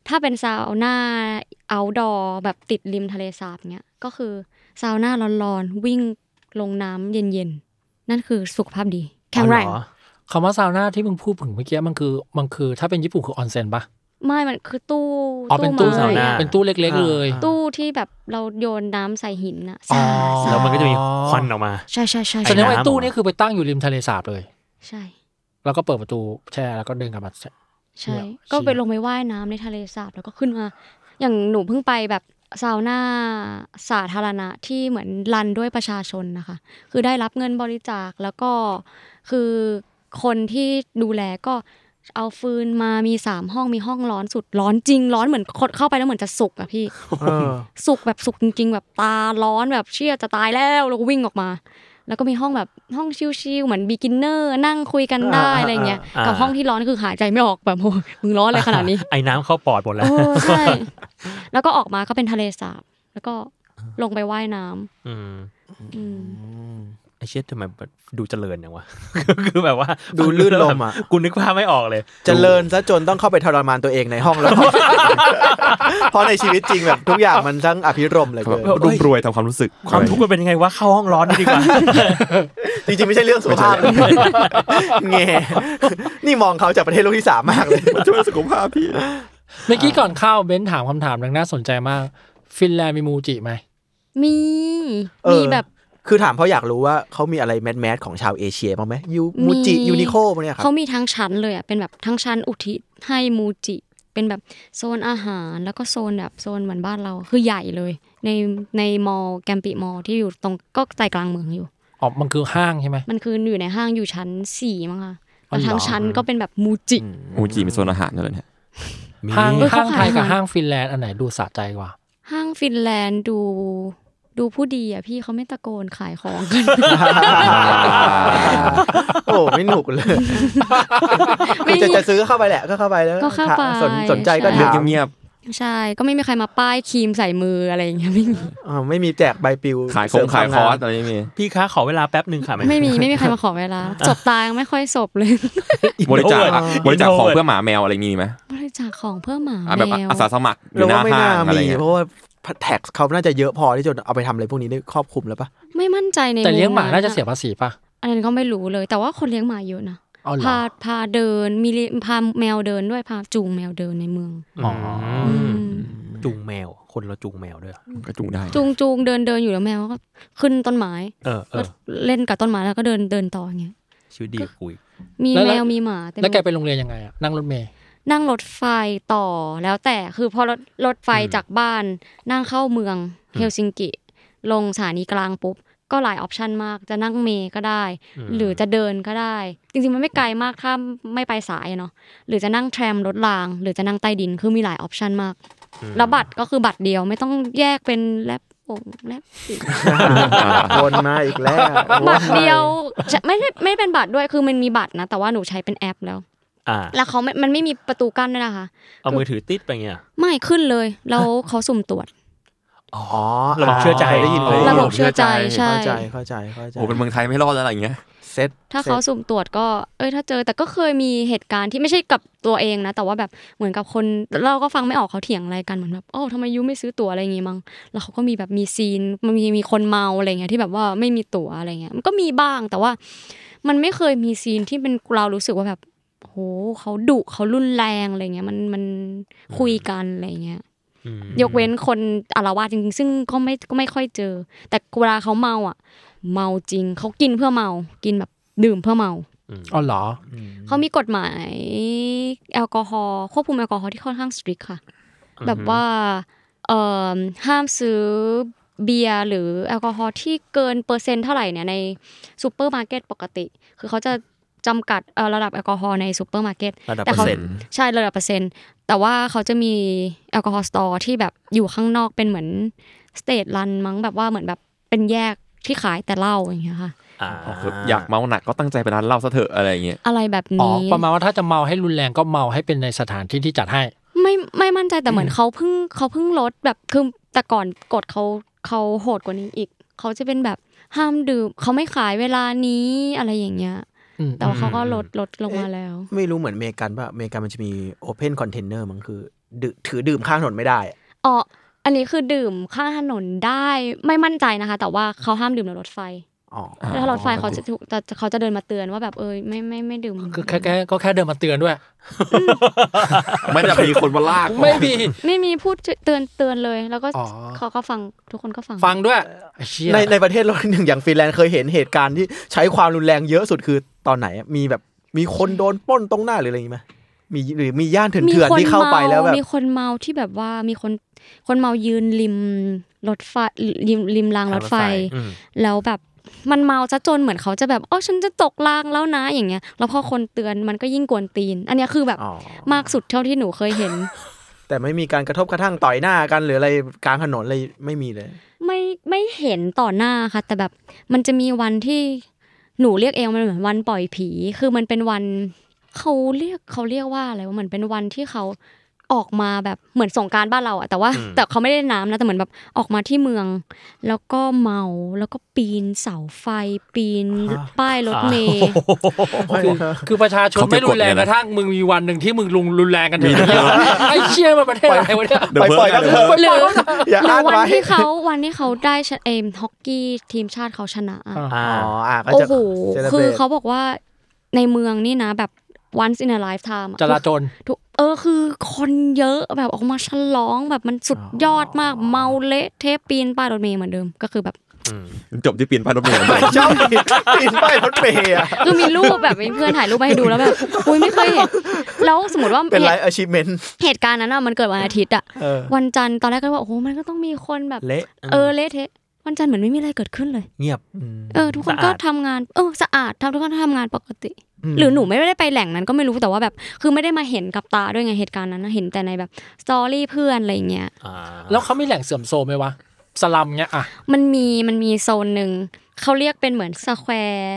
Speaker 7: ถ้าเป็นซาวน่าเอาดอแบบติดริมทะเลสาบเงี้ยก็คือซาวน่าร้อนๆ วิ่งลงน้ำเย็นๆ นั่นคือสุขภาพดี แข็งแรง
Speaker 2: อ๋อเหอ
Speaker 4: คำว่าซาวน่าที่มึงพูดถึงเมื่อกี้มันคือมันคือถ้าเป็นญี่ปุ่นคือออนเซ็นปะ
Speaker 7: ไม่มันคือตู้
Speaker 4: อ๋อเป็นตู้
Speaker 7: ไม้
Speaker 4: ซาวน่าเป็นตู้เล็ก ๆ เลย
Speaker 7: ตู้ที่แบบเราโยนน้ำใส่หินอะ
Speaker 4: อ๋อ
Speaker 2: แล้วมันก็จะมีควันออกมา
Speaker 7: ใช่ใช่ใช่
Speaker 4: แส
Speaker 7: ใช่
Speaker 4: ดงว่าไอ้ตู้นี่คือไปตั้งอยู่ริมทะเลสาบเลย
Speaker 7: ใช่
Speaker 4: แล้วก็เปิดประตูแช่แล้วก็เดินกลับมา
Speaker 7: ใช่
Speaker 4: เนี่ย
Speaker 7: ก็ไป
Speaker 4: เชี่ย
Speaker 7: ลงไปว่ายน้ำในทะเลสาบแล้วก็ขึ้นมา อย่างหนูเพิ่งไปแบบซาวน่าสาธารณะที่เหมือนรันด้วยประชาชนนะคะ คือได้รับเงินบริจาคแล้วก็คือคนที่ดูแลก็เอาฟืนมามีสามห้องมีห้องร้อนสุดร้อนจริง ร้อนเหมือนคนเข้าไปแล้วเหมือนจะสุกอะพี่
Speaker 3: เออ
Speaker 7: สุกแบบสุกจริงๆ แบบตาร้อนแบบเชี่ยจะตายแล้วแล้วก็วิ่งออกมา แล้วก็มีห้องแบบห้องชิลๆเหมือน beginner นั่งคุยกันได้
Speaker 3: อ่า
Speaker 7: อะไรเงี้ย
Speaker 2: อ่า
Speaker 7: กับห้องที่ร้อนคือหายใจไม่ออกแบบโอ้ยมึงร้อนอะไรขนาดนี้
Speaker 2: ไอ้น้ำเข้าปอดหมดแล้ว
Speaker 7: โอ้ใช่ แล้วก็ออกมาก็เป็นทะเลสาบ แล้วก็ลงไปว่ายน้ำ
Speaker 2: อืม
Speaker 7: อืม
Speaker 2: ไอ้เชี่ยทำไมแบบดูเจริญอย่างวะ คือ แบบว่า
Speaker 3: ดูลื่นลมอะ
Speaker 2: กูนึกภาพไม่ออกเลย
Speaker 3: เจริญซะจนต้องเข้าไปทรมานตัวเองในห้อง แล้ว เพราะในชีวิตจริงแบบทุกอย่างมันทั้งอภิรมย์เหลย
Speaker 6: เขาแบ
Speaker 3: เกิ
Speaker 6: บ
Speaker 3: น
Speaker 6: รุ่มรวยทำความรู้สึก
Speaker 2: ความทุกข์มันเป็นยังไงวะเข้าห้องร้อนดีกว่า
Speaker 3: จริงๆ ไม่ใช่เรื่องสุข ภาพแง่นี่มองเขาจากประเทศโลกที่สามมากเลย
Speaker 6: มันช่วยสุขภาพพี่
Speaker 4: เมื่อกี้ก่อนเข้าเบนซ์ถามคำถามหนึงน่าสนใจมาก ฟินแลนด์มีมูจิไหม
Speaker 7: มี
Speaker 3: เออ
Speaker 7: มีแบบ
Speaker 3: คือถามเพราะอยากรู้ว่าเขามีอะไรแมสแมสของชาวเอเชียบ้างไหมยูมูจิ
Speaker 7: มี
Speaker 3: ยูนิโคพวกเนี่ยครับ
Speaker 7: เขามีทั้งชั้นเลยอ่ะ เป็นแบบทั้งชั้นอุทิศให้มูจิ เป็นแบบโซนอาหารแล้วก็โซนแบบโซนเหมือนบ้านเรา คือใหญ่เลย ในในมอลแกมปิมอลที่อยู่ตรงก็ใจกลางเมืองอยู่
Speaker 4: อ๋อ มันคือห้างใช่ไหม
Speaker 7: มันคืออยู่ในห้างอยู่ชั้นสี่มั้งคะ
Speaker 4: อ๋อ
Speaker 7: แล้ว
Speaker 4: เหรอ
Speaker 7: ทั้งชั้นก็เป็นแบบมูจิ
Speaker 6: อูจีเป็นโซนอาหารด้วยเลยเนี่ย
Speaker 4: ห้าง
Speaker 7: เออเขา
Speaker 4: ห้างไทย
Speaker 7: ขาย
Speaker 4: กับ
Speaker 7: อาหาร
Speaker 4: ห้างฟินแลนด์อันไหนดูสะใจกว่า
Speaker 7: ห้างฟินแลนด์ดูดูผู้ดีอ่ะพี่เขาไม่ตะโกนขายของกัน
Speaker 3: โอ้ไม่หนุก เลยคือจะจะซื้อเข้าไปแหละก็เข้าไปแล้ว
Speaker 7: ก็เข้าไป
Speaker 3: สนสนใจก็
Speaker 7: ใช่
Speaker 6: เรื่
Speaker 3: ถา
Speaker 6: อง
Speaker 3: ม
Speaker 6: เงียบ
Speaker 7: ใช่ก็ไม่มีใครมาป้ายครีมใส่มืออะไรอย่างเงี้ยไม่มี
Speaker 3: อ่าไม่มีแจกใบปลิว
Speaker 6: ๆขายข
Speaker 3: เส
Speaker 6: อ
Speaker 3: ริ
Speaker 6: ง
Speaker 3: ม
Speaker 6: ขายค
Speaker 3: คว
Speaker 6: อ
Speaker 3: ม
Speaker 6: ร์ส
Speaker 3: ง
Speaker 6: อะไรไม่มี
Speaker 2: พี่คะขอเวลาแป๊บหนึ่งค่ะ
Speaker 7: ไม่ มีไม่มีใครมาขอเวลาจบตายไม่ค่อยศพเลย
Speaker 6: บริจาค
Speaker 2: Introvert อะ
Speaker 6: บริจาคของ
Speaker 2: Introvert
Speaker 6: เพื่อหมาแมวอะไรอย่างงี้มีไหม
Speaker 7: บริจาคของเพื่อหมา
Speaker 6: อ่ะแบบ
Speaker 7: แมว
Speaker 6: อาสาสมัครอยู่
Speaker 3: เรา
Speaker 6: หน้า
Speaker 3: ว่าไม่
Speaker 6: ห้า
Speaker 3: น่าง
Speaker 6: อะไร
Speaker 3: มี
Speaker 6: เงี้ย
Speaker 3: เพราะว่าแท็กเขาน่าจะเยอะพอที่จะเอาไปทำอะไรพวกนี้ได้ครอบคลุมแล้วปะ
Speaker 7: ไม่มั่นใจใน
Speaker 4: แต่เลี้ยงหมา
Speaker 7: มุม
Speaker 4: น่าจะเสียภาษีป่ะ
Speaker 7: อันนั้นก็ไม่รู้เลย แต่ว่าคนเลี้ยงหมาเยอะนะ
Speaker 4: เอาเหรอ
Speaker 7: พาพาเดินมีเลี้ยงพาแมวเดินด้วยพาจูงแมวเดินในเมือง
Speaker 4: อ๋อ
Speaker 2: อืม
Speaker 7: อืม
Speaker 2: จูงแมว คนเราจูงแมวด้วยเหรอ
Speaker 6: ก็จุงได้
Speaker 7: จูงจูงเดินเดินอยู่แล้วแมวก็ขึ้นต้นไม้
Speaker 2: เออเอ
Speaker 7: ก็
Speaker 2: อ
Speaker 7: เล่นกับต้นไม้แล้วก็เดินเดินต่ออย่างเงี้ย
Speaker 2: ชีวิตดีกว่ากูอีก
Speaker 7: มีแมวมีหมาเต็ม
Speaker 4: แล้วแก
Speaker 7: ไป
Speaker 4: ไป
Speaker 7: หมด
Speaker 4: โรงเรียนยังไงอะนั่งรถเมล์
Speaker 7: นั่งรถไฟต่อแล้วแต่คือพอรถรถไฟจากบ้านนั่งเข้าเมืองเฮลซิงกิ ลงสถานีกลางปุ๊บ ก็หลายออปชันมากจะนั่งเมย์ก็ได้ หรือจะเดินก็ได้ จริงๆ มันไม่ไกลมากถ้าไม่ไปสายอะเนาะหรือจะนั่งแทรมรถราง หรือจะนั่งใต้ดินคือมีหลายออปชันมากแล้วบัตรก็คือบัตรเดียวไม่ต้องแยกเป็นแลบโป่งแลบอีก
Speaker 3: วนมาอีกแล้ว
Speaker 7: บัตรเดียวใช่ไม่ได้ไม่เป็นบัตรด้วยคือมันมีบัตรนะ แต่ว่าหนูใช้เป็นแอปแล้ว
Speaker 2: อ่า
Speaker 7: แล้วเขาไม่มันไม่มีประตูกั้นด้วยนะคะ
Speaker 2: เอามือถือติดไปเงี้ย
Speaker 7: ไม่ขึ้นเลยแล้วเขาสุ่มตรวจ
Speaker 3: อ๋อ
Speaker 2: ระบบเชื่อใจ
Speaker 3: ได้ยิน
Speaker 6: อ๋อ
Speaker 7: ระบบเชื่อใจใช่
Speaker 3: เข้าใจเข้าใจเข้าใจ
Speaker 6: โอ้เป็นเมืองไทยไม่รอดแล้วอะไรอย่างเงี้ย
Speaker 3: เซ็ต
Speaker 7: ถ้าเขาสุ่มตรวจก็เอ้ยถ้าเจอแต่ก็เคยมีเหตุการณ์ที่ไม่ใช่กับตัวเองนะ แต่ว่าแบบเหมือนกับคนเราก็ฟังไม่ออกเขาเถียงอะไรกันเหมือนแบบโอ้าทำไมยูไม่ซื้อตั๋วอะไรอย่างงี้มั้งแล้วเขาก็มีแบบมีซีนมันมีมีคนเมาอะไรเงี้ยที่แบบว่าไม่มีตั๋วอะไรเงี้ยมันก็มีบ้างแต่ว่า มันไม่เคยมีซีนที่เป็นเรารู้สึกว่าแบบโหเขาดุเขารุนแรงอะไรเงี้ยมันมันคุยกันอะไรเงี้ย
Speaker 2: อืม
Speaker 7: ยกเว้นคนอารวาสจริงๆ ซึ่งก็ไม่ก็ไม่ค่อยเจอ แต่เวลาเขาเมาอ่ะ เมาจริงเขากินเพื่อเมา กินแบบดื่มเพื่อเมา
Speaker 4: อ๋อเหรอ
Speaker 7: เขามีกฎหมายแอลกอฮอล์ควบคุมแอลกอฮอล์ที่ค่อนข้างสตริกค่ะ แบบว่าเอ่อห้ามซื้อเบียร์หรือแอลกอฮอล์ที่เกินเปอร์เซ็นต์เท่าไหร่เนี่ยในซูเปอร์มาร์เก็ตปกติ คือเขาจะจำกัดเอ่อระดับแอลกอฮอล์ในซูเปอร์มาร์เก็ต
Speaker 2: ระดับ
Speaker 7: แต่
Speaker 2: เปอ
Speaker 7: เขา
Speaker 2: ร์เซ็นต์
Speaker 7: ใช่ระดับเปอร์เซ็นต์ แต่ว่าเขาจะมีแอลกอฮอล์สตอร์ที่แบบอยู่ข้างนอกเป็นเหมือนสเตทรันมั้งแบบว่าเหมือนแบบเป็นแยก ที่ขายแต่เหล้าอย่างเงี้ยค่ะ
Speaker 2: อ่า
Speaker 6: อ๋อคืออยากเมาหนักก็ตั้งใจไปร้านเหล้าซะเถอะอะไรอย่างเงี้ย
Speaker 7: อะไรแบบ
Speaker 4: อ๋อ
Speaker 7: นี้
Speaker 4: ประมาณว่าถ้าจะเมาให้รุนแรงก็เมาให้เป็นในสถานที่ที่จัดให้
Speaker 7: ไม่ไม่มั่นใจแต่เหมือนเขาเพิ่งเขาเพิ่งลดแบบคือแต่ก่อนกฎเขาเขาโหดกว่านี้อีก เขาจะเป็นแบบห้ามดื่มเขาไม่ขายเวลานี้อะไรอย่างเงี้ย
Speaker 4: อืม
Speaker 7: แต่ว่าเขาก็ลดลดลงมาแล้ว
Speaker 3: ไม่รู้เหมือนอเมริกันป่ะอเมริกันมันจะมีโอเพนคอนเทนเนอร์มันคือดื่มถือดื่มข้างถนนไม่ได้อะ
Speaker 7: อ๋อ อันนี้คือดื่มข้างถนนได้ไม่มั่นใจนะคะ แต่ว่าเขาห้ามดื่มในรถไฟ
Speaker 3: อ๋อ
Speaker 7: แล้วรถไฟเขาจะถูกจะเขาจะเดินมาเตือนว่าแบบเอยไม่ไม่ไม่ดื่ม
Speaker 4: ก็แค่แค่ก็แค่เดินมาเตือนด้วย
Speaker 6: ไม่ได้มีคนมาลาก
Speaker 4: ไม่มี
Speaker 7: ไม่มีพูดเตือนเตือนเลย แล้วก็
Speaker 4: อ๋อ
Speaker 7: เขาก็ฟังทุกคนก็ฟัง
Speaker 4: ฟังด้วยไอ้เชี่ย
Speaker 3: ในในประเทศเราหนึ่งอย่างฟินแลนด์เคยเห็นเหตุการณ์ที่ใช้ความรุนแรงเยอะสุดคือตอนไหนอะมีแบบมีคนโดนปล้นตรงหน้าหรืออะไรอย่างงี้ไหมมีหรือมีย่านเถื
Speaker 7: มี่
Speaker 3: อน
Speaker 7: ค
Speaker 3: ๆ
Speaker 7: น
Speaker 3: ที่เข้าไปแล้วแบบ
Speaker 7: มีคนเมาที่แบบว่ามีคนคนเมายืนริมรถไฟริมริมรางรถไฟ
Speaker 2: อืม
Speaker 7: แล้วแบบมันเมาซะจนเหมือนเขาจะแบบอ๋อฉันจะตกรางแล้วนะอย่างเงี้ย แล้วพอคนเตือนมันก็ยิ่งกวนตีน อันเนี้ยคือแบบ
Speaker 3: อ๋อ
Speaker 7: มากสุดเท่าที่หนูเคยเห็น
Speaker 3: แต่ไม่มีการกระทบกระทั่งต่อยหน้ากันหรืออะไรกลางถนนอะไรไม่มีเลย
Speaker 7: ไม่ไม่เห็นต่อหน้าค่ะ แต่แบบมันจะมีวันที่หนูเรียกเองมันเหมือนวันปล่อยผี คือมันเป็นวันเขาเรียกเขาเรียกว่าอะไรว่าเหมือนเป็นวันที่เขาออกมาแบบเหมือนสงกรารบ้านเราอะแต่ว่า แต่เขาไม่ได้น้ำนะแต่เหมือนแบบออกมาที่เมือง แล้วก็เมาแล้วก็ปีนเสาไฟ ปีนป้ายรถเมล์
Speaker 4: คือคือประชาชนไม่รุนแรงกระทั่งมึงมีวันหนึ่งที่มึงลุงรุนแรงกันเถอะไอ้เชี่ยมันประเทศอะไรวะเนี่ย
Speaker 3: ไปปล่อยกันเถอะ
Speaker 7: หรือ
Speaker 3: อย่า
Speaker 7: หรือ
Speaker 3: อ้าง
Speaker 7: วัน
Speaker 3: ไว้
Speaker 7: ที่เขาวันที่เขาได้ชนะเอมฮอกกี้ทีมชาติเขาชนะอะ
Speaker 4: อ่า
Speaker 2: อ่า
Speaker 3: อ๋ออ่ะก็
Speaker 7: โอ้
Speaker 3: จะ
Speaker 7: โห
Speaker 3: จะ
Speaker 7: คือ
Speaker 3: ได้
Speaker 7: เขาบอกว่าในเมืองนี่นะแบบ once in a lifetime อะ
Speaker 4: จราจร
Speaker 7: ทุกเออคือคนเยอะแบบออกมาฉลองแบบมันสุดยอดมากเมาเละเทะปีนป้ายรถเมย์เหมือนเดิม ก็คือแบบ
Speaker 6: จบที่ปีนพันรถเมล์
Speaker 3: ไม่ชอบปีนปีน ป้ายรถเมย์อะ
Speaker 7: คือมีรูปแบบมีเพื่อนถ่ายรูปมาให้ดูแล้วแบบอุ้ยไม่เคยเห็น แล้วสมมติว่า
Speaker 3: เป็น
Speaker 7: เห
Speaker 3: ไล
Speaker 7: ตุ
Speaker 3: ฟ์อาชีพเมนต์
Speaker 7: เหตุการณ์นั้นอะมันเกิดวันอาทิตย์อะ
Speaker 3: เออ
Speaker 7: วันจันทร์ตอนแรกก็ว่าโอ้โหมันก็ต้องมีคนแบบ
Speaker 3: เละ
Speaker 7: เออเละเทะวันจันทร์เหมือนไม่มีอะไรเกิดขึ้นเลย
Speaker 2: เงียบ
Speaker 7: เออทุกคนก็
Speaker 2: สะอาด
Speaker 7: ทำงานเออสะอาดทำทุกคนทำงานปกติ หรือหนูไม่ได้ไปแหล่งนั้นก็ไม่รู้แต่ว่าแบบคือไม่ได้มาเห็นกับตาด้วยไงเหตุการณ์นั้นนะเห็นแต่ในแบบสตอรี่เพื่อนอะไรอย่างเงี้ย
Speaker 2: อ่า
Speaker 4: แล้วเขามีแหล่งเสื่อมโทรมไหมวะ สลัมเงี้ยอ่ะ
Speaker 7: มันมีมันมีโซนหนึ่งเขาเรียกเป็นเหมือนสแควร์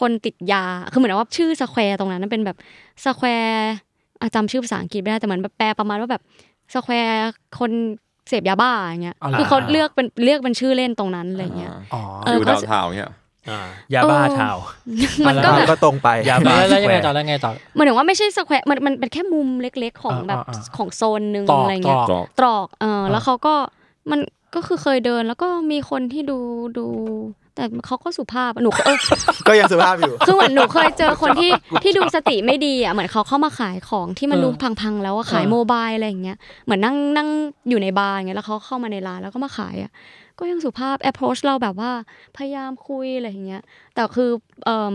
Speaker 7: คนติดยาคือเหมือนว่าชื่อสแควร์ตรงนั้นนะเป็นแบบสแควร์อ่ะจำชื่อภาษาอังกฤษไม่ได้แต่เหมือนแบบแปลประมาณว่าแบบสแควร์คนเสพยาบ้าอย่างเงี้ย
Speaker 4: อ๋อเหรอ
Speaker 7: คือเขาเลือกเป็นเลือกเป็นชื่อเล่นตรงนั้นอะไรอย่างเงี้ย
Speaker 4: อ๋อ
Speaker 7: เออ
Speaker 6: อยู่ดาวเทาวน์เงี้ย
Speaker 2: อ่ายาบ้า
Speaker 7: เออ
Speaker 2: ทาวน์
Speaker 7: มันก็แบบ
Speaker 3: ก็ตรงไป
Speaker 2: ยา
Speaker 4: แล้
Speaker 2: บ้าว
Speaker 4: แล้วยังไง
Speaker 2: สค
Speaker 4: ต่อ
Speaker 2: วร์
Speaker 4: แล้วยังไงต่อ
Speaker 7: หมายถึงว่าไม่ใช่สแควร์มันมันเป็นแค่มุมเล็กๆ ของ
Speaker 4: อ่า
Speaker 7: แบบ
Speaker 4: อ่าอ่า
Speaker 7: ของโซนหนึ่ง
Speaker 4: ตรอก
Speaker 7: อะไรเงี้ย
Speaker 4: ตรอก
Speaker 7: ตรอกเออแล้วเขาก็มันก็คือเคยเดินแล้วก็มีคนที่ดูดู แต่เขาก็สุภาพอะหนูเออ
Speaker 3: ก็ยังสุภาพอยู่
Speaker 7: คือเหมือนหนูเคยเจอคนที่ที่ดูสติไม่ดีอ่ะเหมือนเขาเข้ามาขายของที่มัน
Speaker 4: เออ
Speaker 7: ดูพังๆแล้วอะขาย
Speaker 4: เออ
Speaker 7: โมบายอะไรอย่างเงี้ยเหมือนนั่งนั่งอยู่ในบาร์อย่างเงี้ยแล้วเขาเข้ามาในร้านแล้วก็มาขายอ่ะก็ยังสุภาพ approach เราแบบว่าพยายามคุยอะไรอย่างเงี้ยแต่คือ